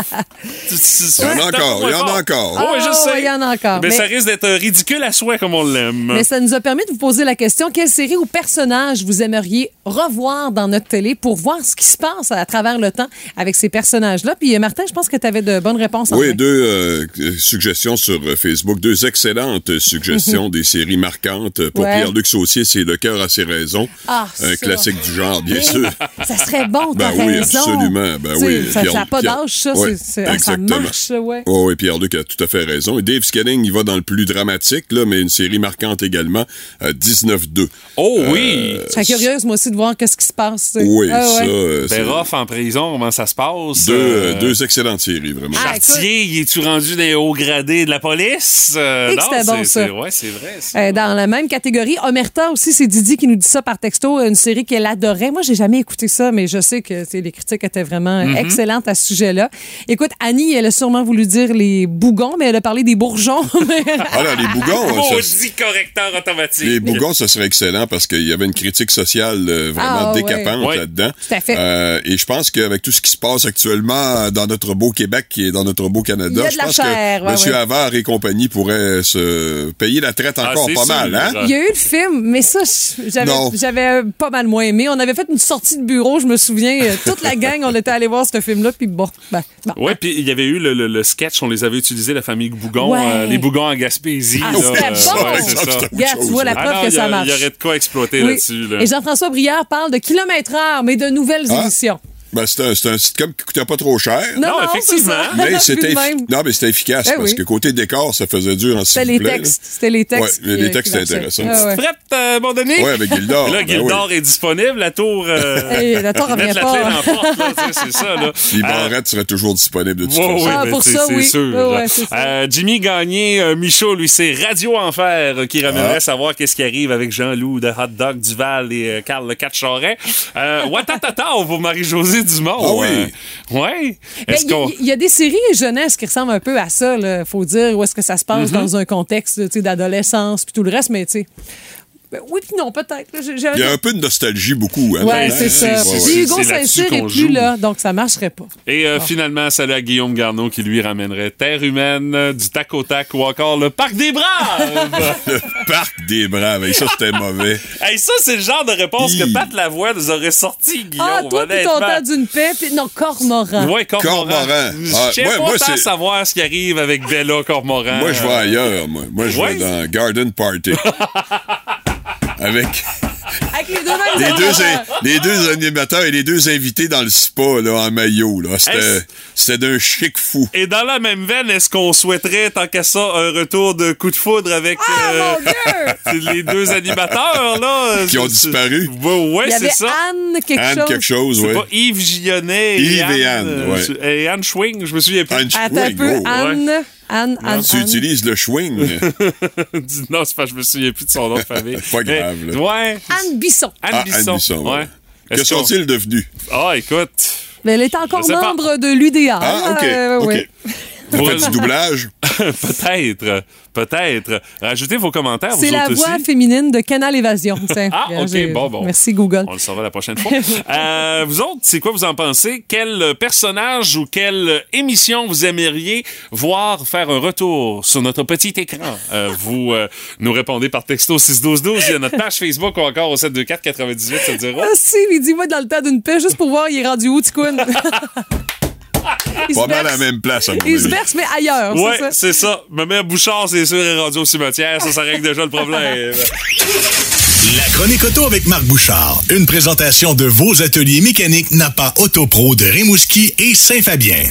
tu- tu-
Il y en a
tu-
encore, il y en a encore.
Ah oui, je
Ah
sais.
ouais, il y en a encore.
Mais,
Mais-
Ben, ça risque d'être ridicule à souhait comme on l'aime.
Mais ça nous a permis de vous poser la question quelle série ou personnage vous aimeriez revoir dans notre télé pour voir ce qui se passe à travers le temps avec ces personnages-là. Puis euh, Martin, je pense que tu avais de bonnes réponses. en
Oui,
main.
deux euh, suggestions sur euh, Facebook, deux excellentes suggestions des séries marquantes. Euh, Pour
Ouais.
Pierre-Luc Saucier, c'est Le cœur a ses raisons.
Ah,
un
ça.
classique du genre, bien
Oui,
sûr.
Ça serait bon,
Ben
t'as
oui,
raison.
absolument. Ben
Tu sais,
oui,
Ça
Pierre-
n'a pas
Pierre-
d'âge, ça.
Ouais,
c'est- c'est- ah, ça
exactement.
marche, ça, ouais.
Oui, oui, Pierre-Luc a tout à fait raison. Et Dave Scanning, il va dans le plus dramatique, là, mais une série marquante également, euh, à 19-2.
Oh
oui!
Je serais curieuse, moi aussi, de voir qu'est-ce qui se passe. tu sais.
Oui,
Ah, ouais.
ça, euh, c'est-
Ben, Roff en prison, comment ça se passe?
deux,
Euh,
euh, deux excellentes séries, vraiment.
Chartier, y es-tu rendu dans les hauts gradés de la police? Euh,
Et que
non,
c'était bon,
c'est-
ça.
c'est- Ouais, c'est vrai. ça.
Euh, dans la même catégorie, Omerta aussi, c'est Didi qui nous dit ça par texto, une série qu'elle adorait. Moi, j'ai jamais écouté ça, mais je sais que tu sais, les critiques étaient vraiment euh,
Mm-hmm.
Mhm.
excellentes à ce sujet-là. Écoute, Annie, elle a sûrement voulu dire les bougons, mais elle a parlé des bourgeons.
Ah là, les bougons, hein, ça-
Maudit correcteur automatique.
Les bougons, ce serait excellent parce qu'il y avait une critique sociale euh, vraiment
Ah, ouais.
décapante
Ouais.
là-dedans.
Tout à fait.
Euh, et je pense qu'avec tout ce qui se passe actuellement euh, dans notre beau Québec et dans notre beau
Il y
Canada,
a de
je
la
pense
chair,
que
ouais,
Monsieur
ouais.
Havard et compagnie pourraient se payer la traite
Ah,
encore
c'est
pas
sûr,
mal, hein?
Il y a eu le film, mais ça, je- j'avais-
Non.
j'avais pas mal moins aimé. On avait fait une sortie de bureau, je me souviens. euh, Toute la gang, on était allé voir ce film-là, puis bon, ben, bon.
Ouais, puis il y avait eu le, le- le sketch, on les avait utilisés, la famille Bougon,
Ouais.
euh, les Bougons en Gaspésie.
Ah,
là,
c'était
euh,
bon!
ouais, c'est ça.
Regarde, tu vois la
Ah
preuve
non,
que
il y
ça
a-
marche.
Il y aurait de quoi exploiter
Oui.
là-dessus. là.
Et Jean-François Brière parle de kilomètre-heure, mais de nouvelles
Ah.
émissions.
Ben, c'est un, c'est un sitcom qui coûtait pas trop cher.
Non, Non, non, effectivement. c'est ça.
Mais
Plus
c'était
de
effi-
même.
non, mais c'était efficace
Eh
parce
oui.
que côté décor, ça faisait dur en
C'était les textes. C'était les textes.
Ouais,
qui,
les
euh,
textes
qui
étaient
marchaient.
intéressants.
Ah ouais.
Prête, euh, mon Denis?
Ouais, avec Gildor.
Et là,
Ben
Gildor est disponible, la tour. euh,
Eh, la tour
mettre
revient
la
pas.
clé dans la porte, là, tu sais, c'est ça, là. Ah, Euh,
Les barrettes seraient toujours disponibles de toute
Ouais,
façon.
ouais,
Ah,
mais
pour
c'est-
ça,
c'est
oui.
sûr.
Ouais, ouais, c'est ça.
Euh, Jimmy Gagné, euh, Michaud, lui, c'est Radio Enfer euh, qui ramènerait
Ah.
savoir qu'est-ce qui arrive avec Jean-Loup de Hot Dog Duval et euh, Carl le 4 Charret. Euh, Watatata pour Marie-Josée Dumont.
Ah oui.
Euh, ouais.
Mais
Est-ce
il Ben, y a-
qu'on.
il y, a des séries jeunesse qui ressemblent un peu à ça, là, faut dire, où est-ce que ça se passe
Mm-hmm.
dans un contexte tu sais, d'adolescence, puis tout le reste, mais tu sais. ben oui, puis non, peut-être. là, j'ai- j'ai-
Il y a un peu de nostalgie beaucoup. Hein,
Ouais,
là-dedans,
c'est
hein.
ça.
Ouais,
Puis
ouais.
Hugo
ben, c'est là-dessus
Saint-Cyr est
qu'on
plus
joue.
là, donc ça marcherait pas.
Et euh, finalement, salut à Guillaume Garneau qui lui ramènerait Terre humaine, euh, du tac au tac ou encore le Parc des Braves.
Le parc des braves. Et ça, c'était mauvais.
hey, ça, c'est le genre de réponse que Pat Lavoie nous aurait sorti, Guillaume.
Ah, toi, puis ton
honnêtement.
temps d'une paix, puis non, cormoran.
Ouais, Cormoran.
Cormoran. Ah,
Je sais
ouais,
pas
moi,
tant
c'est-
savoir ce qui arrive avec Bella Cormoran.
Moi, je vais ailleurs. Moi, moi je
Ouais.
vais dans Garden Party. Avec
Avec les deux mains,
les
ils
deux,
ont-
in- les deux animateurs et les deux invités dans le spa là, en maillot. là. C'était
Est-ce-
c'était d'un chic fou.
Et dans la même veine, est-ce qu'on souhaiterait, tant qu'à ça, un retour de coup de foudre avec euh,
Ah, Mon Dieu!
les deux animateurs, là?
Qui ont
C'est- c'est-
disparu.
Ouais, ouais,
Il y
c'est
avait
ça.
Anne quelque
Anne
chose.
quelque chose,
C'est
ouais.
pas Yves Gionnet et
Yves et
Anne,
Anne,
euh,
ouais.
et Anne Schwing, je me souviens plus.
Anne
Attends un
Schwing,
peu,
oh.
Anne, Anne, Anne,
Tu
Anne.
utilises le swing.
Dis- non, c'est pas, je me souviens plus de son nom de famille.
Pas grave,
Mais-
là.
ouais.
Anne Bisson.
Anne
Ah,
Bisson.
Anne Bisson, ouais.
Est-ce
que
qu'on-
sont-ils devenus?
Ah, écoute.
Mais elle est encore
sais pas.
membre de l'UDA.
Ah, OK.
euh,
OK.
ouais.
T'as
Pour-
fait du doublage?
peut-être, peut-être. Rajoutez vos commentaires, vous
C'est la
autres
voix
aussi.
féminine de Canal Évasion. Tiens,
Ah,
regarde,
OK,
j'ai-
bon, bon.
Merci, Google.
On le saura la prochaine fois. Euh, vous autres, c'est quoi vous en pensez? Quel personnage ou quelle émission vous aimeriez voir faire un retour sur notre petit écran? Euh, vous euh, nous répondez par texto 61212. Il y a notre page Facebook ou encore au 724 98 70.
Ah, si, mais dis-moi dans le temps d'une paix, juste pour voir, il est rendu où, Ticoun? Il se
Pas mal à la
berce.
même place, à mon
Il se
avis.
berce, mais ailleurs,
Ouais,
Ah, c'est ça?
c'est ça. Ma mère Bouchard, c'est sûr, est rendue au cimetière. Ça, ça règle déjà le problème.
La chronique auto avec Marc Bouchard. Une présentation de vos ateliers mécaniques Napa Autopro de Rimouski et Saint-Fabien.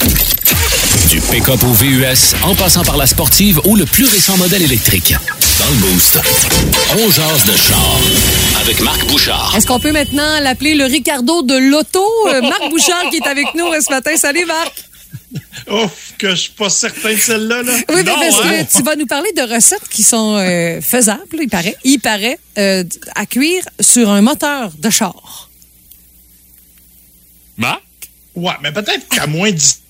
Du pick-up au VUS, en passant par la sportive ou le plus récent modèle électrique. Dans le Boost, on jase de char avec Marc Bouchard.
Est-ce qu'on peut maintenant l'appeler le Ricardo de l'auto? Euh, Marc Bouchard qui est avec nous euh, ce matin. Salut, Marc!
Ouf, que je suis pas certain de celle-là. Là. hein?
Oui, mais parce
hein.
que tu vas nous parler de recettes qui sont euh, faisables, il paraît, il paraît, euh, à cuire sur un moteur de char.
Marc?
Ouais, mais peut-être qu'à moins 10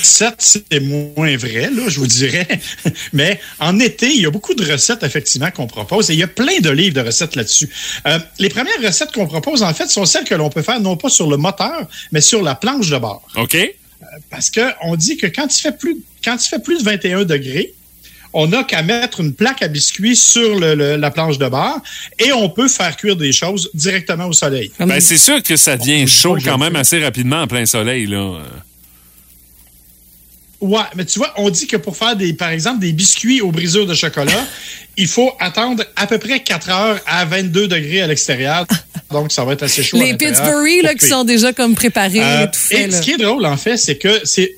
17, c'est moins vrai, là, je vous dirais. Mais en été, il y a beaucoup de recettes, effectivement, qu'on propose. Et il y a plein de livres de recettes là-dessus. Euh, les premières recettes qu'on propose, en fait, sont celles que l'on peut faire non pas sur le moteur, mais sur la planche de bord.
OK?
parce que on dit que quand il fait plus, quand il fait plus de 21 degrés, on n'a qu'à mettre une plaque à biscuits sur le- le- la planche de bar et on peut faire cuire des choses directement au soleil.
Ben, c'est sûr que ça devient chaud quand même assez rapidement en plein soleil, là.
Ouais, mais tu vois, on dit que pour faire des, par exemple, des biscuits aux brisures de chocolat, il faut attendre à peu près 4 heures à 22 degrés à l'extérieur. Donc, ça va être assez chaud. à
Les
ben,
l'intérieur
ah,
Pittsburgh,
pour
là, qui
cuire.
sont déjà comme préparés
Euh,
et tout faits,
et
là.
ce qui est drôle, en fait, c'est que c'est.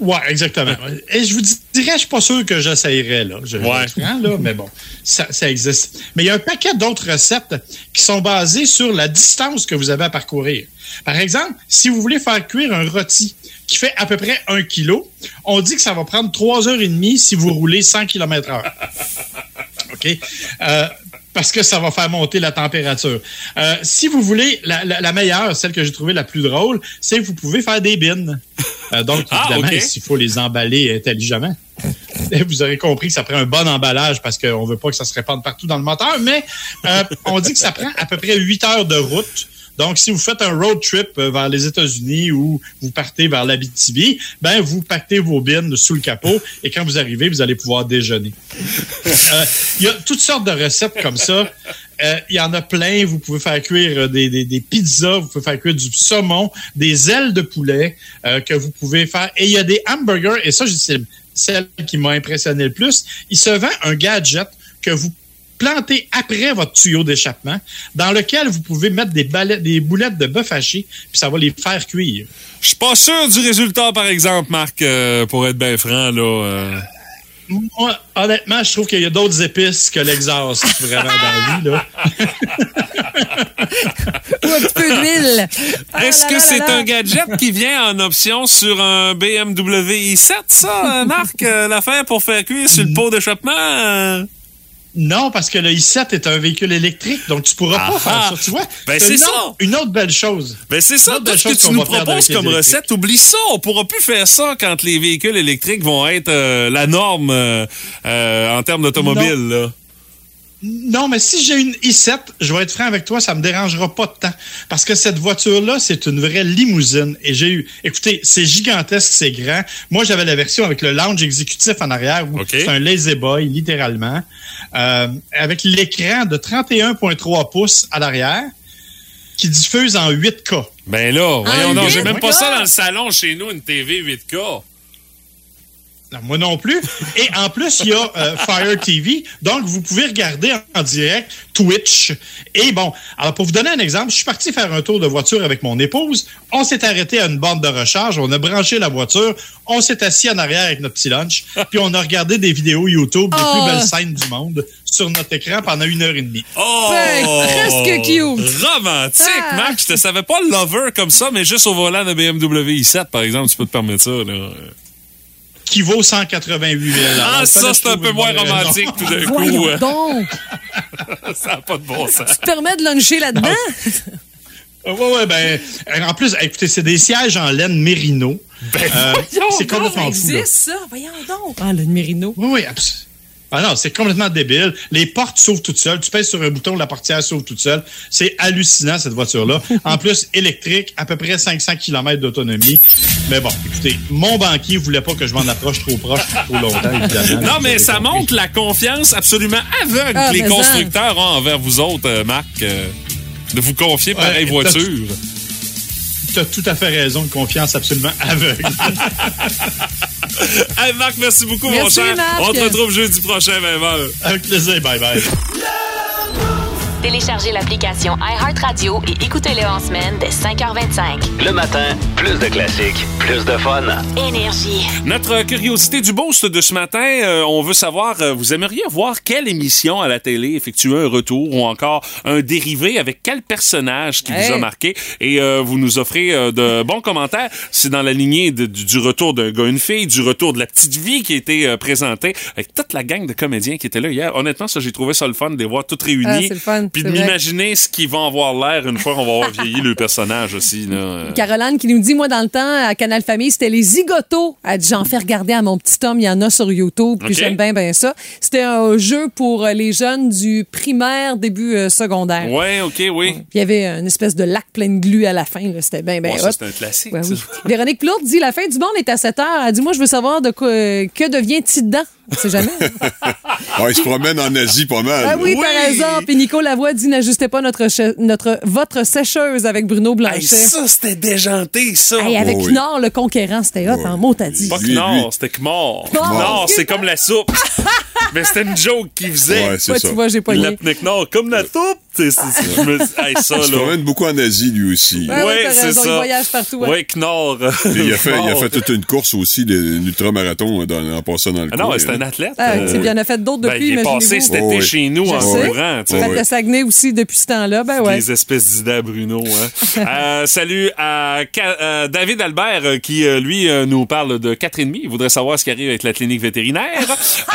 Ouais, exactement. Et je vous di- dirais, je suis pas sûr que j'essayerais, là. Je, je comprends, là, mais bon, ça, ça existe. Mais il y a un paquet d'autres recettes qui sont basées sur la distance que vous avez à parcourir. Par exemple, si vous voulez faire cuire un rôti qui fait à peu près un kilo, on dit que ça va prendre trois heures et demie si vous roulez 100 km heure. OK? Euh, parce que ça va faire monter la température. Euh, si vous voulez, la, la- la meilleure, celle que j'ai trouvée la plus drôle, c'est que vous pouvez faire des bines. Euh, donc,
Ah,
évidemment,
OK.
il faut les emballer intelligemment. Vous aurez compris que ça prend un bon emballage parce qu'on ne veut pas que ça se répande partout dans le moteur, mais euh, on dit que ça prend à peu près 8 heures de route. Donc, si vous faites un road trip euh, vers les États-Unis ou vous partez vers l'Abitibi, ben vous pactez vos bines sous le capot et quand vous arrivez, vous allez pouvoir déjeuner. Euh, Il y a toutes sortes de recettes comme ça. Euh, Il y en a plein. Vous pouvez faire cuire euh, des, des- des pizzas, vous pouvez faire cuire du saumon, des ailes de poulet euh, que vous pouvez faire. Et il y a des hamburgers. Et ça, je- c'est celle qui m'a impressionné le plus. Il se vend un gadget que vous planté après votre tuyau d'échappement, dans lequel vous pouvez mettre des, balais- des boulettes de bœuf haché, puis ça va les faire cuire.
Je suis pas sûr du résultat, par exemple, Marc, euh, pour être bien franc, là. euh.
Moi, honnêtement, je trouve qu'il y a d'autres épices que l'exhaust vraiment dans la vie. Là.
Ou un petit peu d'huile. Ah
Est-ce
là
que
là là
c'est
là.
un gadget qui vient en option sur un BMW i7, ça, euh, Marc? euh, L'affaire pour faire cuire sur le pot d'échappement? euh?
Non, parce que le i7 est un véhicule électrique, donc tu pourras
Ah
pas
ah.
faire ça. Tu vois,
Ben, c'est
une,
ça.
autre- une autre belle chose.
Ben c'est ça,
Une autre
tout
belle
ce
chose
que tu
qu'on
nous
va faire
proposes
avec les
comme
électriques.
recette, oublie ça, on pourra plus faire ça quand les véhicules électriques vont être euh, la norme euh, euh, en termes d'automobile. là.
Non, mais si j'ai une i7, je vais être franc avec toi, ça me dérangera pas de temps. Parce que cette voiture-là, c'est une vraie limousine. Et j'ai eu. Écoutez, c'est gigantesque, c'est grand. Moi, j'avais la version avec le lounge exécutif en arrière où c'est un lazy boy, littéralement. Euh, avec l'écran de 31,3 pouces à l'arrière qui diffuse en 8K.
Ben là, voyons
Ah,
non,
donc, j'ai
Oh
même pas ça dans le salon chez nous, une TV 8K.
Non, Ah, moi non plus. Et en plus, il y a euh, Fire TV. Donc, vous pouvez regarder en, en direct Twitch. Et bon, alors pour vous donner un exemple, je suis parti faire un tour de voiture avec mon épouse. On s'est arrêté à une bande de recharge. On a branché la voiture. On s'est assis en arrière avec notre petit lunch. Puis on a regardé des vidéos YouTube des
Oh.
plus belles scènes du monde sur notre écran pendant une heure et demie.
Oh!
Ben,
Ben,
presque Ah. cute.
Romantique, Marc. Je te savais pas lover comme ça, mais juste au volant de BMW i7, par exemple, tu peux te permettre ça. Là.
Qui vaut 188 000
Ah,
Alors,
ça,
fallait
c'est un
trouver
peu
une
moins
bonne raison.
romantique tout d'un coup. hein.
Voyons donc,
ça n'a pas de bon sens.
Oh, tu te permets de luncher là-dedans?
Ah,
Oui, oui, ben, en plus, écoutez, c'est des sièges en laine mérino.
Ben,
Euh, c'est complètement fou. là.
existe, ça. Voyons donc. Ah, le Mérino.
Oui, oui, absolument. Ah non, c'est complètement débile. Les portes s'ouvrent toutes seules. Tu pèses sur un bouton, la portière s'ouvre toute seule. C'est hallucinant, cette voiture-là. En plus, électrique, à peu près 500 km d'autonomie. Mais bon, écoutez, mon banquier voulait pas que je m'en approche trop proche trop longtemps, évidemment.
Non, mais ça montre la confiance absolument aveugle
Ah,
que les
mais ça.
constructeurs ont envers vous autres, euh, Marc, euh, de vous confier pareille
Ouais,
voiture.
Tu as tout à fait raison, une confiance absolument aveugle.
Hey, Marc, merci beaucoup, mon
Merci,
cher.
Marc.
On te retrouve jeudi prochain, 20h.
Avec plaisir, bye-bye.
Téléchargez l'application iHeartRadio et écoutez-le en semaine dès 5h25.
Le matin, plus de classiques, plus de fun.
Énergie.
Notre curiosité du boost de ce matin, euh, on veut savoir, euh, vous aimeriez voir quelle émission à la télé effectuer un retour ou encore un dérivé avec quel personnage qui
Hey.
vous a marqué et euh, vous nous offrez euh, de bons commentaires. C'est dans la lignée de- du, du retour d'un gars, une fille, du retour de la petite vie qui a été euh, présentée avec toute la gang de comédiens qui étaient là hier. Honnêtement, ça, j'ai trouvé ça le fun de les voir toutes
Ah,
réunies.
c'est le fun,
Puis de
c'est vrai.
m'imaginer ce qu'ils vont avoir l'air une fois qu'on va avoir vieilli le personnage aussi. Là. Euh,
Caroline qui nous dit, moi, dans le temps, à Canal Famille, c'était les zigotos. Elle dit, j'en fais regarder à mon petit homme, il y en a sur YouTube, puis
OK.
j'aime bien, bien ça. C'était un jeu pour euh, les jeunes du primaire, début euh, secondaire.
Ouais, OK, oui.
Puis il y avait une espèce de lac plein de glu à la fin. là. C'était bien, bien
Ouais, ça,
hot.
c'est un classique.
Ben, Ouais,
ça.
oui. Véronique Plourde dit La fin du monde est à 7 heures. Elle dit Moi, je veux savoir de quoi, euh, que devient Tidan. On sait jamais.
Ah, il se promène en Asie pas mal.
ah oui, par exemple. Puis Nico Lavoie dit N'ajustez pas notre, che- notre, votre sécheuse avec Bruno Blanchet.
Hey, ça, c'était déjanté, ça.
Hey, avec
Oh oui.
Knorr, le conquérant, c'était hot en mot, t'as dit.
Pas Knorr, c'était Knorr.
Knorr.
Knorr, c'est comme la soupe. Mais c'était une joke qu'il faisait.
Ouais, c'est Ouais, tu ça. Euh,
vois, j'ai pas
Il
aimé.
l'appelait Knorr, comme la soupe. C'est- c'est- c'est- je me dis, hey, ça,
il se
là.
promène Ah, beaucoup en Asie, lui aussi.
Ouais, ouais, t'as raison, il voyage partout, hein. ouais.
Ouais, Knorr.
Et Il a, fait, il a
Knorr.
fait toute une course aussi, de- un ultramarathon euh, dans- en passant dans le
Ah
coin. hein.
non, c'est un athlète.
Ah, tu sais, il y en a fait d'autres
Ben,
depuis,
il est
imaginez-vous.
passé cet été
Oh oui.
chez nous
Je
en
sais.
courant. tu sais.
Fait à Saguenay aussi depuis ce temps-là. Ben ouais.
Des espèces d'idées à Bruno. hein. Euh, salut à Ca- euh, David Albert euh, qui, euh, lui, euh, nous parle de 4,5. Il voudrait savoir ce qui arrive avec la clinique vétérinaire.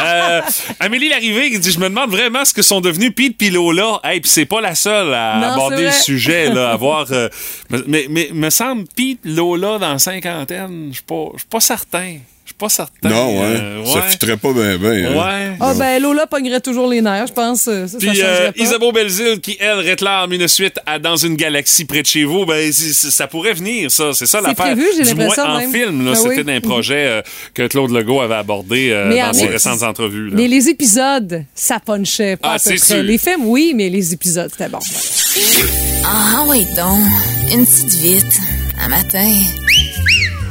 Euh, Amélie Larrivée qui dit Je me demande vraiment ce que sont devenus Pete Pilot là. Hey, puis c'est pas la seule à
Non, c'est
aborder le
vrai.
sujet, là, à voir. euh, mais, mais, mais me semble Pete Lola dans la cinquantaine, je suis pas, je suis pas certain. Je suis pas certain.
Non, hein?
Euh,
Ça
ouais.
fitterait pas bien, hein. bien.
Ouais.
Ah, ben Lola pognerait toujours les nerfs, je pense. Ça, ça
Puis
changerait
euh,
pas.
Isabeau Belzile, qui, elle, réclame une suite à Dans une galaxie près de chez vous, ben, c- c- ça pourrait venir, ça. C'est ça
C'est
l'affaire.
prévu, j'ai
Du moins,
l'impression,
en
même.
film, là,
Ah oui.
c'était un projet euh, que Claude Legault avait abordé euh,
Mais
dans
en-
ses
mais-
récentes entrevues. là.
Mais les épisodes, ça punchait pas
Ah,
à peu
c'est
près.
sûr.
Les films, oui, mais les épisodes, c'était bon. voilà.
Ah oui donc, une petite vite, un matin.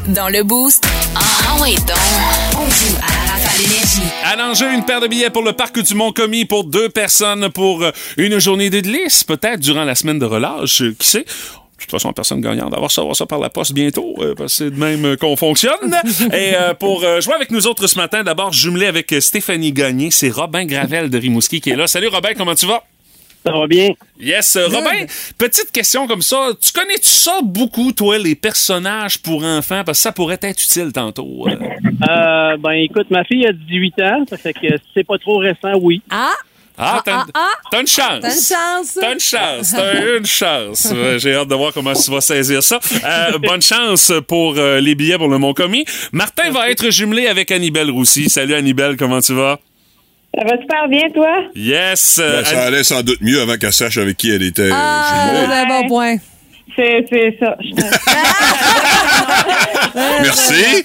Dans le boost, ah oui donc, on joue à la rafale énergie.
À l'enjeu, une paire de billets pour le parc du Mont-Commis pour deux personnes pour euh, une journée de glisse, peut-être durant la semaine de relâche, euh, qui sait. De toute façon, personne gagnante. On va recevoir ça par la poste bientôt, euh, parce que c'est de même euh, qu'on fonctionne. Et euh, pour euh, jouer avec nous autres ce matin, d'abord jumelé avec euh, Stéphanie Gagné, c'est Robin Gravel de Rimouski qui est là. Salut Robin, comment tu vas?
Ça va bien.
Yes, euh, Robin, petite question comme ça. Tu connais-tu ça beaucoup, toi, les personnages pour enfants? Parce que ça pourrait être utile tantôt. euh.
Euh, ben écoute, ma fille a 18 ans, ça fait que si c'est pas trop récent, oui.
Ah!
Ah, t'as
ah,
t'as une chance.
T'as une chance.
T'as une chance, t'as une chance. Euh, J'ai hâte de voir comment tu vas saisir ça. Euh, bonne chance pour euh, les billets pour le Mont-Commis. Martin va être jumelé avec Annibelle Roussy. Salut Annibelle, comment tu vas?
Ça va super bien, toi?
Yes! euh,
Ben, ça allait sans doute mieux avant qu'elle sache avec qui elle était.
Ah, c'est un bon point.
C'est, c'est ça.
Merci.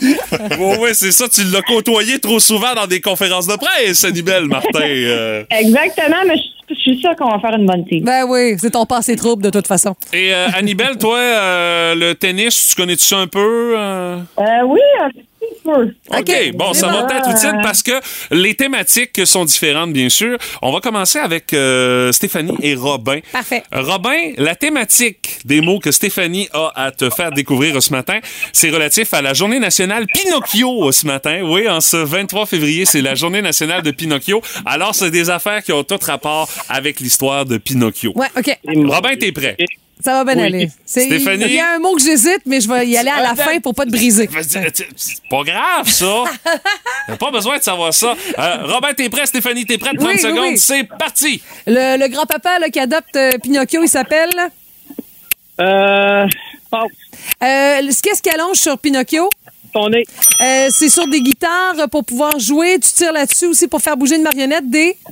oui, oui, c'est ça. Tu l'as côtoyé trop souvent dans des conférences de presse, Annibelle, Martin. Euh,
Exactement, mais je je suis sûre qu'on va faire une bonne team.
Ben oui, c'est ton passé trouble de toute façon.
Et euh, Annibelle, toi, euh, le tennis, tu connais-tu ça un peu? euh?
Euh, oui, un petit peu.
OK, bon, ça va être utile parce que les thématiques sont différentes, bien sûr. On va commencer avec euh, Stéphanie et Robin.
Parfait.
Robin, la thématique des mots que Stéphanie a à te faire découvrir ce matin, c'est relatif à la journée nationale Pinocchio ce matin. Oui, en ce 23 février, c'est la journée nationale de Pinocchio. Alors, c'est des affaires qui ont tout rapport avec l'histoire de Pinocchio.
Ouais, OK.
Robin, t'es prêt?
Ça va bien
Oui.
aller. C'est-
Stéphanie?
Il y a un mot que j'hésite, mais je vais y aller à
Ah,
la
ben.
Attends.
fin pour pas te briser.
C'est pas grave, ça. T'as pas besoin de savoir ça. Euh, Robin, t'es prêt? Stéphanie, t'es prêt? 30
Oui, oui,
secondes,
oui.
c'est parti!
Le, le grand-papa là, qui adopte euh, Pinocchio, il s'appelle?
Euh.
Euh, Qu'est-ce qu'il allonge sur Pinocchio? Euh,
Ton nez.
c'est sur des guitares pour pouvoir jouer. Tu tires là-dessus aussi pour faire bouger une marionnette des.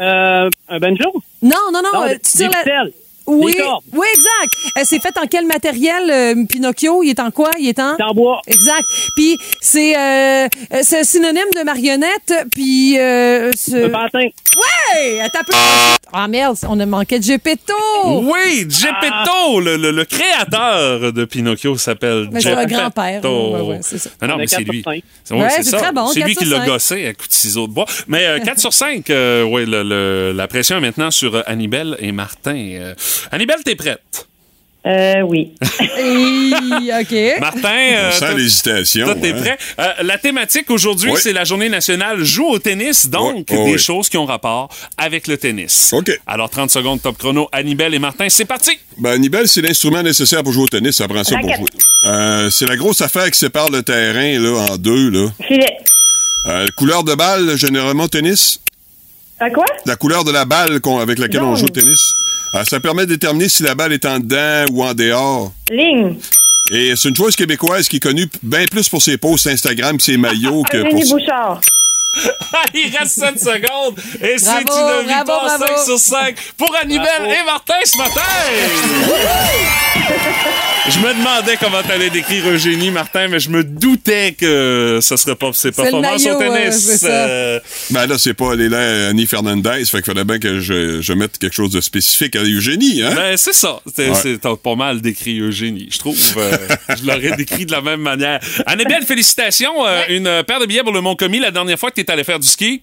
Euh, un banjo?
Non, non, non.
Non,
euh,
des-
tu tires
des
la-
ficelles.
Oui,
Des cordes.
oui, exact. Euh, c'est fait en quel matériel, euh, Pinocchio? Il est en quoi? Il est en?
en bois.
Exact. Puis c'est euh, euh, c'est synonyme de marionnette, puis... Euh,
Un pantin.
Ouais! Attends un peu. Ah merde, on a manqué de Gepetto!
Oui, Geppetto, le, le- le créateur de Pinocchio s'appelle
Ah! Mais c'est
Geppetto. Ah
un grand-père. Ouais, ouais, c'est ça.
Non, non,
On a
mais c'est
quatre
lui.
sur cinq.
C'est- ouais,
Ouais,
c'est
c'est
ça.
très bon,
C'est
quatre
lui qui
sur
l'a
cinq.
gossé à coups de ciseaux de bois. Mais euh, 4 sur 5, oui, le- le- la pression est maintenant sur euh, Annibelle et Martin. Euh, Annibelle, t'es prête?
Euh, oui.
OK.
Martin, euh,
sans
toi-
l'hésitation.
toi, t'es
hein.
prêt? Euh, la thématique aujourd'hui,
Oui.
c'est la journée nationale joue au tennis, donc
Oui, oui,
des
oui.
choses qui ont rapport avec le tennis. OK. Alors, 30 secondes, top chrono, Annibelle et Martin, c'est parti!
Ben, Annibal, c'est l'instrument nécessaire pour jouer au tennis. Ça prend ça pour
Raquette.
jouer. Euh, c'est la grosse affaire qui sépare le terrain là, en deux. Là.
Filet.
Euh, couleur de balle, généralement au tennis.
À quoi?
La couleur de la balle qu'on- avec laquelle on
Jaune.
joue au tennis. Euh, ça permet de déterminer si la balle est en dedans ou en dehors.
Ligne.
Et c'est une joueuse québécoise qui est connue p- bien plus pour ses posts Instagram et ses maillots que pour...
Eugénie
ses-
Bouchard.
Il reste 7 secondes et c'est une
Bravo,
victoire
bravo, bravo.
5 sur 5 pour Annibelle
Bravo.
et Martin ce matin. Je me demandais comment t'allais décrire Eugénie, Martin, mais je me doutais que ce serait pas ses
le
performances au
maillot, euh, c'est
tennis.
ça.
Euh,
Ben là, c'est pas Léla Annie Fernandez, fait qu'il fallait bien que je, je mette quelque chose de spécifique à Eugénie, hein?
Ben, c'est ça. C'est
Ouais.
c'est- t'as pas mal décrit Eugénie, je trouve. Euh, je l'aurais décrit de la même manière. Annabelle, félicitations. Euh, Une euh, paire de billets pour le Mont-Commis la dernière fois que t'es allé faire du ski.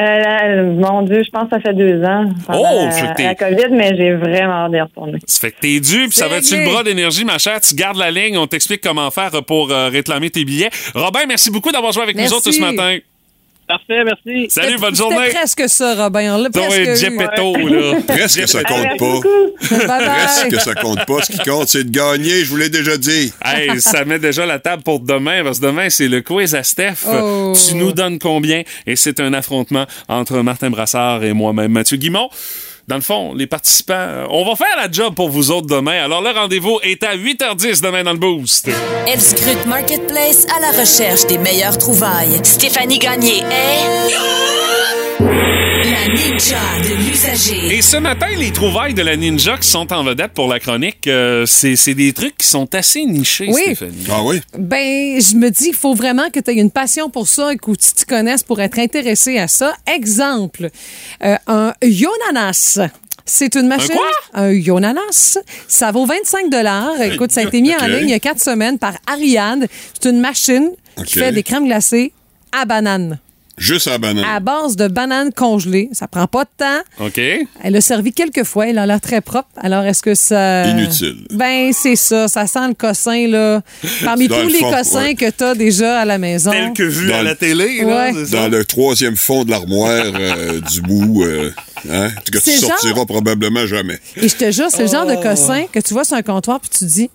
Euh, euh, mon Dieu, je pense que ça fait deux ans. pendant
Oh,
la,
fait que t'es-
la COVID, mais j'ai vraiment hâte d'y retourner.
Ça fait que t'es dû, puis ça va être sur le
réglé.
bras d'énergie, ma chère. Tu gardes la ligne, on t'explique comment faire pour euh, réclamer tes billets. Robin, merci beaucoup d'avoir joué avec
Merci.
nous autres ce matin.
Parfait, merci.
Salut, bonne
C'était
journée.
presque ça, Robin. On l'a
Ça va
presque
être
eu. hein.
Geppetto, là.
Presque ça compte pas.
Bye-bye.
Presque ça compte pas. Ce qui compte, c'est de gagner, je vous l'ai déjà dit.
Hey, ça met déjà la table pour demain, parce que demain, c'est le quiz à Steph.
Oh.
Tu nous donnes combien? Et c'est un affrontement entre Martin Brassard et moi-même, Mathieu Guimont. Dans le fond, les participants, euh, on va faire la job pour vous autres demain. Alors, le rendez-vous est à 8h10 demain dans le Boost.
Elle scrute Marketplace à la recherche des meilleures trouvailles. Stéphanie Gagné est... La ninja de l'usager.
Et ce matin, les trouvailles de la ninja qui sont en vedette pour la chronique, euh, c'est c'est des trucs qui sont assez nichés,
Oui.
Stéphanie. Ah oui?
Ben, je me dis, il faut vraiment que tu aies une passion pour ça et que tu t'y connaisses pour être intéressé à ça. Exemple, euh, un yonanas. C'est une machine.
quoi?
Un yonanas. Ça vaut 25 dollars. Écoute, ça a été mis en
Ok.
ligne il y a quatre semaines par Ariane. C'est une machine qui
Ok.
fait des crèmes glacées à banane.
Juste à la banane.
À base de bananes congelées. Ça prend pas de temps.
OK.
Elle a servi quelques fois. Elle a l'air très propre. Alors, est-ce que ça.
Inutile.
Ben, c'est ça. Ça sent le cossin, là. Parmi
Dans
tous
le
les
fond,
cossins
ouais.
que t'as déjà à la maison.
Dans le-
Ouais.
Dans le troisième fond de l'armoire euh, du bout, euh, hein, que tu
C'est genre-
sortiras probablement jamais.
Et je te jure, c'est le genre de
Oh.
cossin que tu vois sur un comptoir puis tu dis.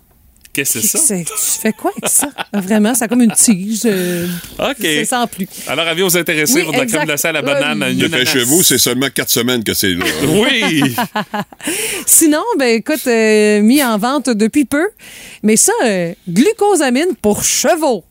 Qu'est-ce que c'est ça?
C'est- Tu fais quoi avec ça? Vraiment, ça a comme une tige. euh,
OK.
C'est sans plus.
Alors, avis aux intéressés
Oui,
pour de la
exact.
crème glacée à la
Là,
banane. à une ananas.
Dépêchez-vous, c'est seulement quatre semaines que c'est là.
Oui!
Sinon, ben écoute, euh, mis en vente depuis peu, mais ça, euh, glucosamine pour chevaux.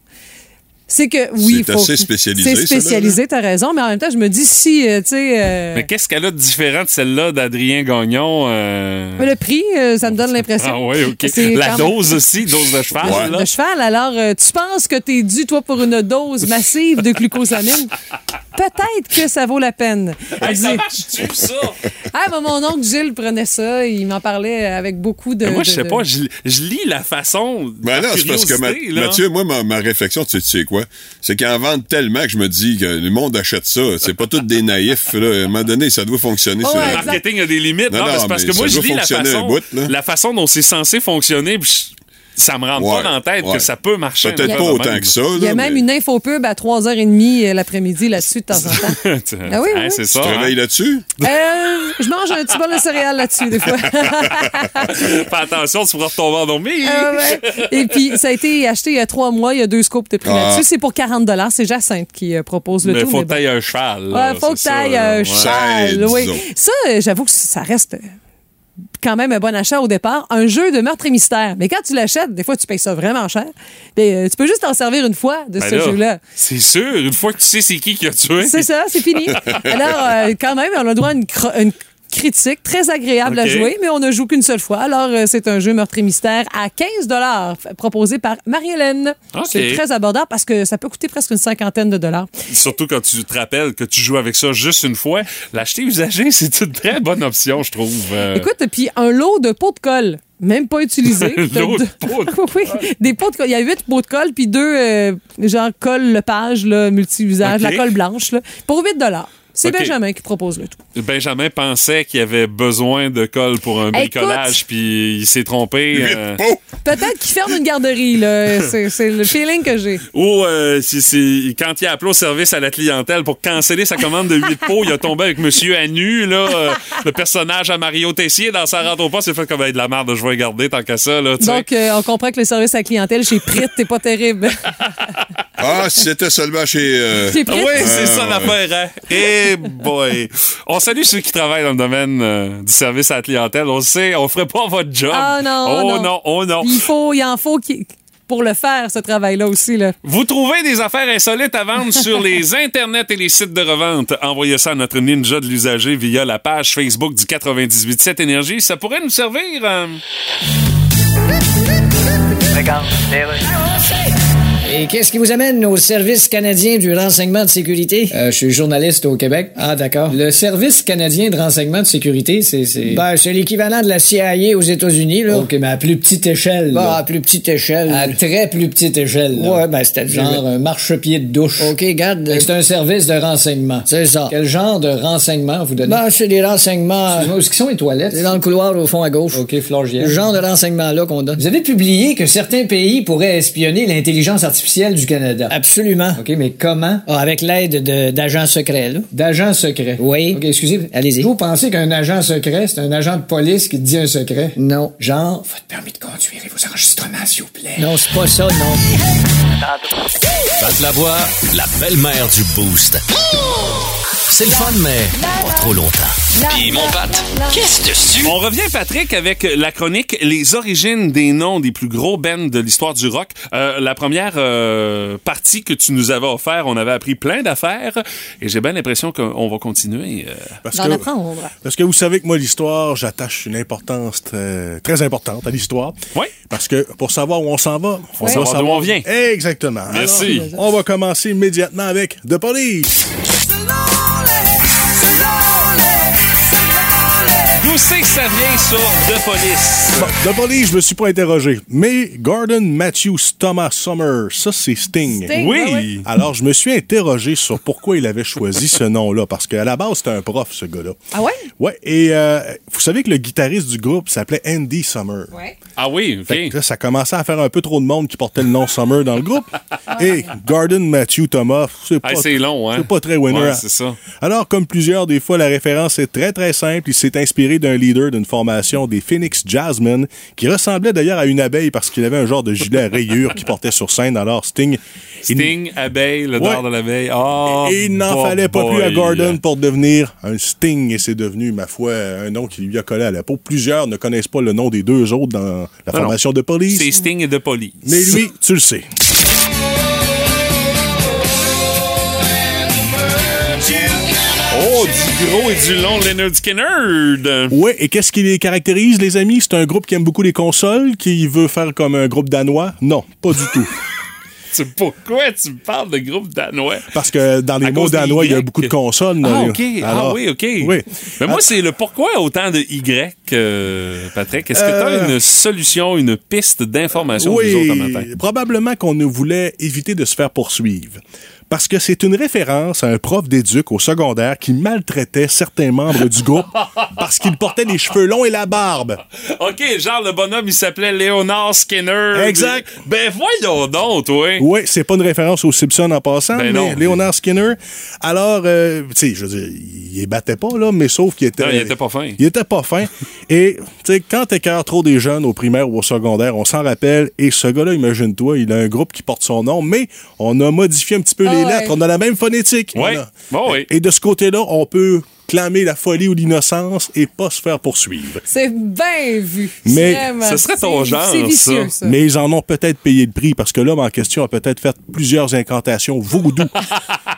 C'est que oui,
C'est
faut-
assez spécialisé,
C'est
ça, là.
spécialisé, t'as raison, mais en même temps, je me dis si, euh, tu sais, euh,
Mais qu'est-ce qu'elle a de différent de celle-là d'Adrien Gagnon? euh?
le prix, euh, ça me donne l'impression.
Ah oui, OK.
C'est
La
quand même-
dose aussi, dose de cheval. là.
de cheval. Alors, euh, tu penses que t'es dû, toi, pour une dose massive de glucosamine? Peut-être que ça vaut la peine.
Hey, ça
Dis-
marche-tu, ça?
Ah, ben, mon oncle Gilles prenait ça. Il m'en parlait avec beaucoup de.
Mais moi, je
de-
sais
de-
pas, je, je lis la façon.
Ben là,
par
c'est parce que Ma-
curiosité, là.
Mathieu, moi, ma, ma réflexion, tu sais, tu sais quoi? C'est qu'ils en vendent tellement que je me dis que le monde achète ça. C'est pas tous des naïfs. Là. À un moment donné, ça doit fonctionner.
Le
sur-
marketing a des limites.
Non,
Non, mais
non,
c'est parce
mais
que moi,
ça
je
doit
lis la
fonctionner
façon,
un bout, là.
la façon dont c'est censé fonctionner, puis je- ça me rentre
Ouais,
pas dans la tête
ouais.
que ça peut marcher.
Peut-être
une
pas
affaire de
autant
même.
que ça,
Il y a même une infopub à 3h30 euh, l'après-midi là-dessus de temps en temps. Ah oui, oui,
Hein,
oui.
c'est ça.
Tu travailles là-dessus?
Euh, je mange un petit bol de céréales là-dessus, des fois.
Fais attention, tu pourras retomber en dormir.
Ah ouais. Et puis, ça a été acheté il y a trois mois. Il y a deux scopes de prix
Ah.
là-dessus. C'est pour 40 C'est Jacinthe qui euh, propose le
mais
tout.
faut
mais
que
bon.
t'ailles un cheval. là,
Ouais, Ah, faut que
Euh, c'est ça,
t'ailles
là.
un
Ouais.
cheval. Oui. Ça, euh, j'avoue que ça reste euh, quand même un bon achat au départ. Un jeu de meurtre et mystère. Mais quand tu l'achètes, des fois, tu payes ça vraiment cher. Mais, euh, tu peux juste t'en servir une fois de
Ben
ce
là,
jeu-là.
C'est sûr, une fois que tu sais c'est qui qui a tué.
C'est ça, c'est fini. Alors, euh, quand même, on a droit à une, cro- une critique très agréable
Ok.
à jouer, mais on ne joue qu'une seule fois. Alors, euh, c'est un jeu meurtre et mystère à 15 f- proposé par Marie-Hélène.
Ok.
C'est très abordable parce que ça peut coûter presque une cinquantaine de dollars.
Surtout quand tu te rappelles que tu joues avec ça juste une fois, l'acheter usagé, c'est une très bonne option, je trouve. Euh,
Écoute, puis un lot de pots de colle, même pas utilisés.
Lot de
Oui, des pots de colle. Il y a huit pots de colle, puis deux, euh, genre, colle lepage, là, multi-usage,
Ok.
la colle blanche, là, pour 8 C'est
Ok.
Benjamin qui propose le tout.
Benjamin pensait qu'il avait besoin de colle pour un
Écoute.
bricolage, puis il s'est trompé. euh,
Peut-être qu'il ferme une garderie, là. C'est c'est le feeling que j'ai.
Ou euh, si, si- quand il a appelé au service à la clientèle pour canceller sa commande de 8 pots, il a tombé avec Monsieur Anu, là, euh, le personnage à Mario Tessier dans sa rentre au poste. Il a fait comme Hey, de la merde, je vais le garder tant qu'à ça. Là, tu sais.
Donc, euh, on comprend que le service à la clientèle chez Prit, t'es pas terrible.
Ah, si c'était seulement chez. euh,
Chez Prit.
Oui, c'est
Ah,
ça
ouais.
l'affaire. Hein? Eh boy. On salue ceux qui travaillent dans le domaine euh, du service à la clientèle. On sait, on ferait pas votre job.
Ah non,
Oh
non.
non, oh non.
Il faut, il en faut qui- pour le faire, ce travail-là aussi, là.
Vous trouvez des affaires insolites à vendre sur les internets et les sites de revente. Envoyez ça à notre ninja de l'usager via la page Facebook du 987 Énergie. Ça pourrait nous servir. euh.
Et qu'est-ce qui vous amène au Service canadien du renseignement de sécurité? Euh, je suis journaliste au Québec. Ah, d'accord. Le Service canadien de renseignement de sécurité, c'est... Ben, c'est l'équivalent de la CIA aux États-Unis, là. OK, mais à plus petite échelle,
là.
à plus petite échelle. À très plus petite échelle, Ouais, ben, c'est-à-dire...
Genre
un marchepied de douche. OK, garde... C'est un service de renseignement. C'est ça. Quel genre de renseignement vous donnez? Ben, c'est des renseignements... Où ce sont les toilettes? C'est dans le couloir, au fond, à gauche. OK, Florgien. Le genre de renseignement-là qu'on donne.
Vous avez publié que certains pays pourraient espionner l'intelligence artificielle du Canada.
Absolument. OK, mais comment? avec l'aide de- d'agents secrets, là. D'agents secrets? Oui. OK, excusez. Allez-y.
Vous pensez qu'un agent secret, c'est un agent de police qui te dit un secret?
Non. Genre...
Votre permis de conduire et vos enregistrements, s'il vous plaît.
Non, c'est pas ça, non.
Pat Lavoie, la belle-mère du Boost. C'est le fun, mais pas trop longtemps.
Puis mon pâte, qu'est-ce que c'est?
On revient, Patrick, avec la chronique Les origines des noms des plus gros bands de l'histoire du rock. Euh, la première euh, partie que tu nous avais offert, on avait appris plein d'affaires et j'ai bien l'impression qu'on va continuer. euh.
D'en apprendre.
Parce que vous savez que moi, l'histoire, j'attache une importance très, très importante à l'histoire.
Oui.
Parce que pour savoir où on s'en va,
Faut savoir d'où on vient.
Exactement.
Merci.
Alors, on va commencer immédiatement avec The Police.
D'où c'est que ça vient sur The Police?
Bon, The Police, je me suis pas interrogé. Mais Gordon Matthews Thomas Summer, ça c'est Sting.
Sting, Oui. ah oui.
Alors je me suis interrogé sur pourquoi il avait choisi ce nom-là, parce qu'à la base c'était un prof ce gars-là.
Ah ouais?
Ouais. Et euh, vous savez que le guitariste du groupe s'appelait Andy Summer. Ouais.
Ah oui, OK.
Fait que là, ça commençait à faire un peu trop de monde qui portait le nom Summer dans le groupe. Et Gordon Matthew Thomas, c'est pas,
Hey, c'est long, hein?
c'est pas très winner.
Ouais, c'est ça.
Alors, comme plusieurs, des fois, la référence est très, très simple. Il s'est inspiré d'un leader d'une formation des Phoenix Jasmine, qui ressemblait d'ailleurs à une abeille parce qu'il avait un genre de gilet à rayures qu'il portait sur scène. Alors, Sting... il-
Sting, abeille, le
Ouais.
dard de l'abeille. Oh,
et il n'en
bo-
fallait pas plus à
boy.
Gordon pour devenir un Sting, et c'est devenu, ma foi, un nom qui lui a collé à la peau. Plusieurs ne connaissent pas le nom des deux autres dans la
Non,
formation
non.
de police.
C'est Sting et The Police.
Mais lui, tu le sais.
Oh, du gros et du long Leonard Skinner.
Ouais, et qu'est-ce qui les caractérise, les amis? C'est un groupe qui aime beaucoup les consoles, qui veut faire comme un groupe danois? Non, pas du tout.
Tu- Pourquoi tu me parles de groupe danois?
Parce que dans les mots
cause des
danois, il y a
Y.
beaucoup de consoles.
Ah,
là.
OK. ah,
Alors, Ah.
oui, OK. Mais moi, c'est le pourquoi autant de Y, euh, Patrick. Est-ce que tu as
Euh.
une solution, une piste d'information
Oui,
nous autres en matin?
probablement qu'on ne voulait éviter de se faire poursuivre. Parce que c'est une référence à un prof d'éduc au secondaire qui maltraitait certains membres du groupe parce qu'il portait les cheveux longs et la barbe.
OK, genre, le bonhomme, il s'appelait Leonard Skinner.
Exact.
Ben voyons donc, toi.
Oui, c'est pas une référence aux Simpsons en passant, mais
Ben non.
Leonard Skinner. Alors, euh, tu sais, je veux dire, il les battait pas, là, mais sauf qu'il était.
Non, il était pas fin.
Il était pas fin. Et, tu sais, quand t'écœures trop des jeunes au primaire ou au secondaire, on s'en rappelle. Et ce gars-là, imagine-toi, il a un groupe qui porte son nom, mais on a modifié un petit peu
Ah
les
ouais.
lettres. On a la même phonétique.
Ouais.
On a-
Bon, oui.
Et de ce côté-là, on peut clamer la folie ou l'innocence et pas se faire poursuivre.
C'est bien vu.
Mais
Vraiment, c'est- C'est vicieux, ça.
Mais ils en ont peut-être payé le prix parce que l'homme en question a peut-être fait plusieurs incantations vaudou.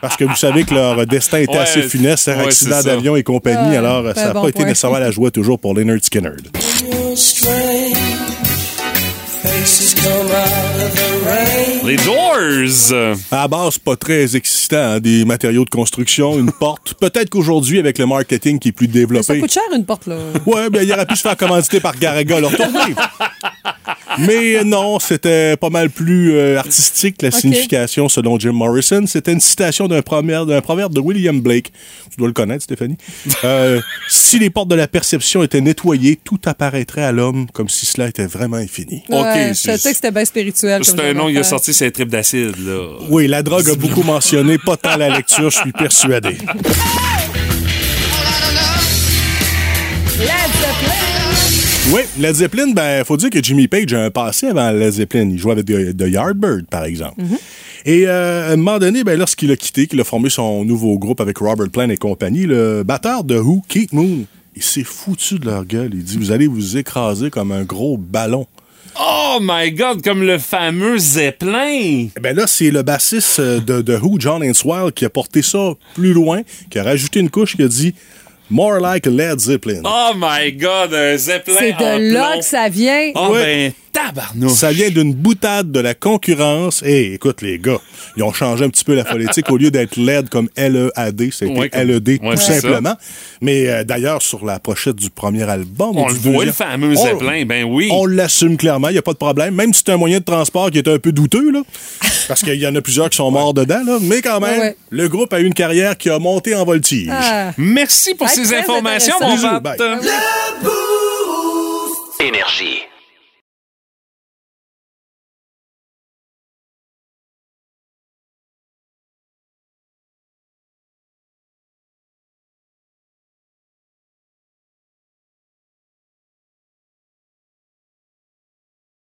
parce que vous savez que leur destin était
Ouais,
assez funeste,
ouais,
accident
c'est ça.
d'avion et compagnie.
Ouais,
alors,
ben
ça n'a
bon
pas été
point.
nécessairement la joie toujours pour Leonard Skinner.
Les Doors!
À la base, pas très excitant, hein, des matériaux de construction, une porte. Peut-être qu'aujourd'hui, avec le marketing qui est plus
Ça
développé.
coûte cher une porte, là.
Ouais, bien, il aurait pu se faire commanditer par Garaga, leur tournée. Mais euh, non, c'était pas mal plus euh, artistique, la
Ok.
signification, selon Jim Morrison. C'était une citation d'un proverbe, d'un proverbe de William Blake. Tu dois le connaître, Stéphanie. Euh, si les portes de la perception étaient nettoyées, tout apparaîtrait à l'homme comme si cela était vraiment infini.
Ouais,
OK,
je sais
c'est
que c'était bien spirituel.
c'est
comme
un nom, il a
affaire.
sorti ses tripes d'acide, là.
Oui, la drogue a beaucoup mentionné, pas tant la lecture, je suis persuadé. Oui, Led Zeppelin, ben, faut dire que Jimmy Page a un passé avant Led Zeppelin. Il jouait avec The, The Yardbird, par exemple. Et euh, à un moment donné, ben, lorsqu'il a quitté, qu'il a formé son nouveau groupe avec Robert Plant et compagnie, le batteur de Who, Keith Moon, il s'est foutu de leur gueule. Il dit, vous allez vous écraser comme un gros ballon.
Oh my God, comme le fameux Zeppelin!
Eh Ben là, c'est le bassiste euh, de, de Who, John Entwistle, qui a porté ça plus loin, qui a rajouté une couche qui a dit « More like Led Zeppelin ».
Oh my God, un Zeppelin
C'est
en
de là
plomb.
que ça vient.
Ah ben, tabarnouche.
Ça vient d'une boutade de la concurrence. Et écoute, les gars, ils ont changé un petit peu la phonétique. Au lieu d'être LED comme L-E-A-D, c'était
Ouais, comme-
LED tout
ouais, c'est ça.
simplement. Mais euh, d'ailleurs, sur la pochette du premier album,
On
ou
le
du
voit, le
deuxième,
fameux
on-
Zeppelin, ben oui.
On l'assume clairement, il n'y a pas de problème. Même si c'est un moyen de transport qui est un peu douteux, là, parce qu'il y en a plusieurs qui sont morts dedans, là, mais quand même,
Ouais, Ah. ouais.
le groupe a eu une carrière qui a monté en voltige.
Merci pour ces informations, mon
Bisous,
pote.
bye.
Énergie.